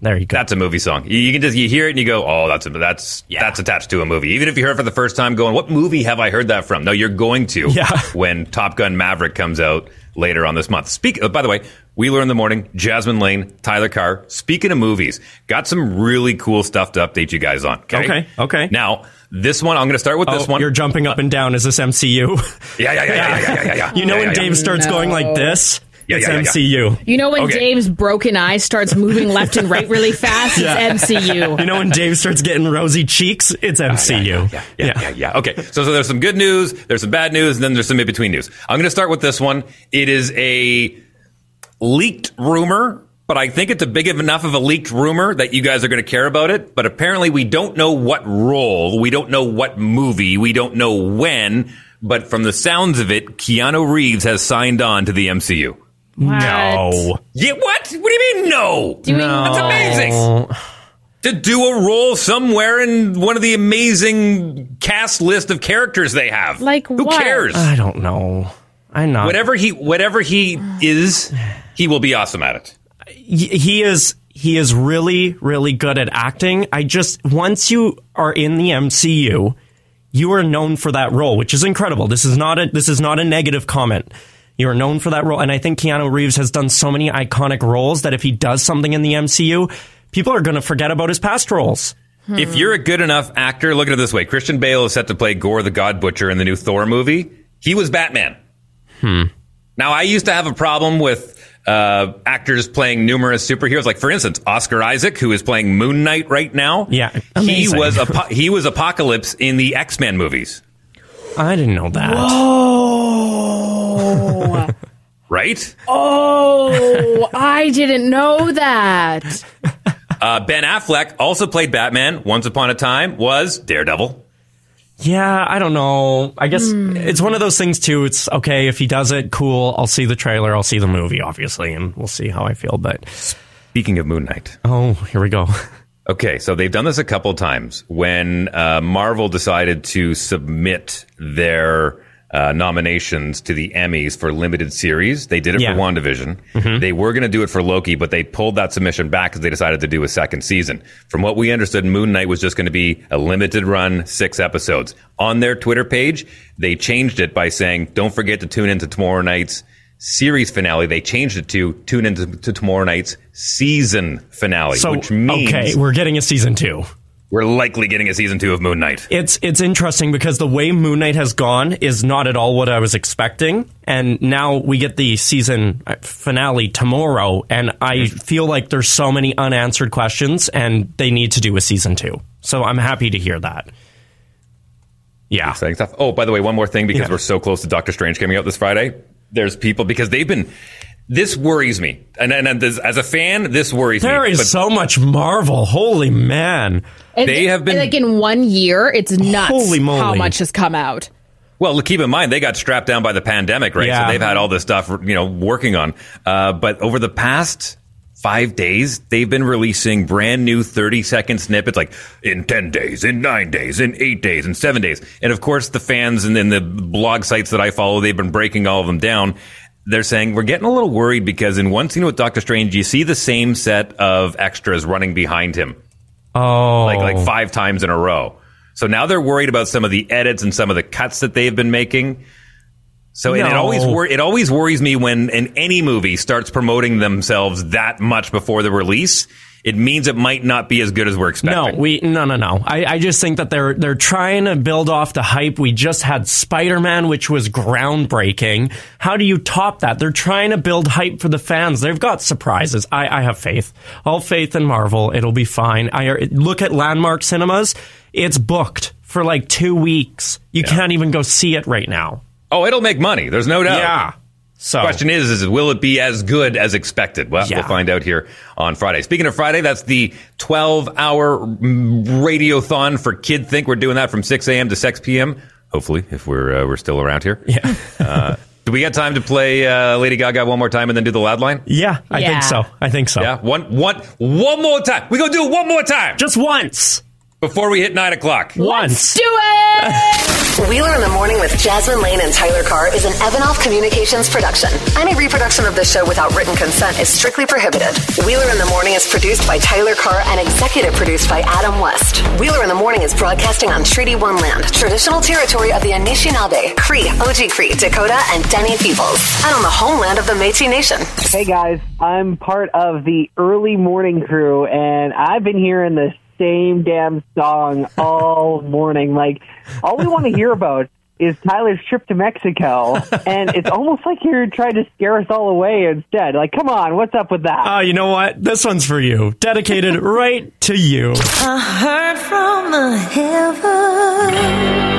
There you go. That's a movie song. You- You can just you hear it and you go, oh, that's a, that's that's attached to a movie. Even if you hear it for the first time, going, what movie have I heard that from? No, you're going to when Top Gun Maverick comes out later on this month. Speak. Uh, by the way, Wheeler in the morning, Jasmine Lane, Tyler Carr. Speaking of movies, got some really cool stuff to update you guys on. Okay, okay. Now this one, I'm going to start with Oh, this one. You're jumping up and down. Is this MCU? Yeah, yeah, yeah, yeah, yeah, yeah, yeah, yeah. you know Yeah, when yeah, yeah. Dave starts going like this? Yeah, it's yeah, yeah, yeah. MCU. You know when Okay. Dave's broken eye starts moving left and right really fast, it's MCU. You know when Dave starts getting rosy cheeks? It's MCU. yeah, yeah, yeah, Okay. So, so there's some good news, there's some bad news, and then there's some in between news. I'm going to start with this one. It is a leaked rumor, but I think it's a big enough of a leaked rumor that you guys are going to care about it. But apparently, we don't know what role, we don't know what movie, we don't know when. But from the sounds of it, Keanu Reeves has signed on to the MCU. No. Yeah, what? What do you mean Oh. no? Doing That's No. amazing. To do a role somewhere in one of the amazing cast list of characters they have. Like who what? cares? I don't know. I'm not. Whatever he whatever he is, he will be awesome at it. he he is he is really really good at acting. I just once you are in the MCU, you are known for that role, which is incredible. This is not a this is not a negative comment. You are known for that role, and I think Keanu Reeves has done so many iconic roles that if he does something in the MCU, people are going to forget about his past roles. If you're a good enough actor, look at it this way. Christian Bale is set to play Gore the God Butcher in the new Thor movie. He was Batman. Hmm. Now, I used to have a problem with uh, actors playing numerous superheroes. Like, for instance, Oscar Isaac, who is playing Moon Knight right now. Yeah, he amazing. was apo- he was Apocalypse in the X Men movies, I didn't know that. Oh. right? oh, I didn't know that. Uh, ben Affleck also played Batman. Once upon a time, was Daredevil. Yeah, I don't know. I guess it's one of those things too. It's okay if he does it, cool. I'll see the trailer, I'll see the movie, obviously, and we'll see how I feel. But speaking of Moon Knight, oh, here we go. Okay, so they've done this a couple times when uh, Marvel decided to submit their uh, nominations to the Emmys for limited series. They did it Yeah. Mm-hmm. for WandaVision. They were going to do it for Loki, but they pulled that submission back because they decided to do a second season. From what we understood, Moon Knight was just going to be a limited run, six episodes. On their Twitter page, they changed it by saying, "Don't forget to tune into tomorrow night's." Series finale. They changed it to tune into to tomorrow night's season finale, So which means okay, we're getting a season two. we're likely getting a season two of Moon Knight. It's it's interesting because the way Moon Knight has gone is not at all what I was expecting, and now we get the season uh, finale tomorrow, and I feel like there's so many unanswered questions, and they need to do a season two. So I'm happy to hear that. Yeah. Exciting stuff. Oh, by the way, one more thing because we're so close to Doctor Strange coming out this Friday. There's people because they've been This worries me, and, and, and this, as a fan, this worries There me. is But so much Marvel. Holy man. they have been like in one year. It's nuts. Holy moly. How much has come out? Well, look, keep in mind they got strapped down by the pandemic, right? Yeah. So they've had all this stuff, you know, working on. Uh, but over the past five days, they've been releasing brand new thirty-second snippets, like in ten days, in nine days, in eight days, in seven days, and of course the fans and then the blog sites that I follow, they've been breaking all of them down. They're saying we're getting a little worried because in one scene with Doctor Strange, you see the same set of extras running behind him Oh. like like five times in a row. So now they're worried about some of the edits and some of the cuts that they've been making. So and it No. always wor- it always worries me when in any movie starts promoting themselves that much before the release. It means it might not be as good as we're expecting. No, we no no no. I, I just think that they're they're trying to build off the hype. We just had Spider Man, which was groundbreaking. How do you top that? They're trying to build hype for the fans. They've got surprises. I, I have faith. All faith in Marvel. It'll be fine. I look at Landmark Cinemas. It's booked for like two weeks. You can't even go see it right now. Oh, it'll make money. There's no doubt. Yeah. So question is, is will it be as good as expected? Well, we'll find out here on Friday. Speaking of Friday, that's the 12 hour radiothon for Kid Think. We're doing that from 6 a.m. to 6 p.m. Hopefully, if we're uh, we're still around here. Yeah. uh, do we got time to play uh, Lady Gaga one more time and then do the loud line? Yeah, I Yeah. think so. I think so. Yeah. One one one more time. We gonna do it one more time. Just once. Before we hit nine o'clock. Once. Do it! Wheeler in the Morning with Jasmine Lane and Tyler Carr is an Evanoff Communications production. Any reproduction of this show without written consent is strictly prohibited. Wheeler in the Morning is produced by Tyler Carr and executive produced by Adam West. Wheeler in the Morning is broadcasting on Treaty One land, traditional territory of the Anishinaabe, Cree, Oji-Cree, Dakota, and Dene peoples, and on the homeland of the Métis Nation. Hey guys, I'm part of the early morning crew, and I've been hearing the same damn song all morning. Like, all we want to hear about is Tyler's trip to Mexico, and it's almost like you're trying to scare us all away instead. Like, come on, what's up with that? Oh, you know what? This one's for you. Dedicated right to you. I heard from the heavens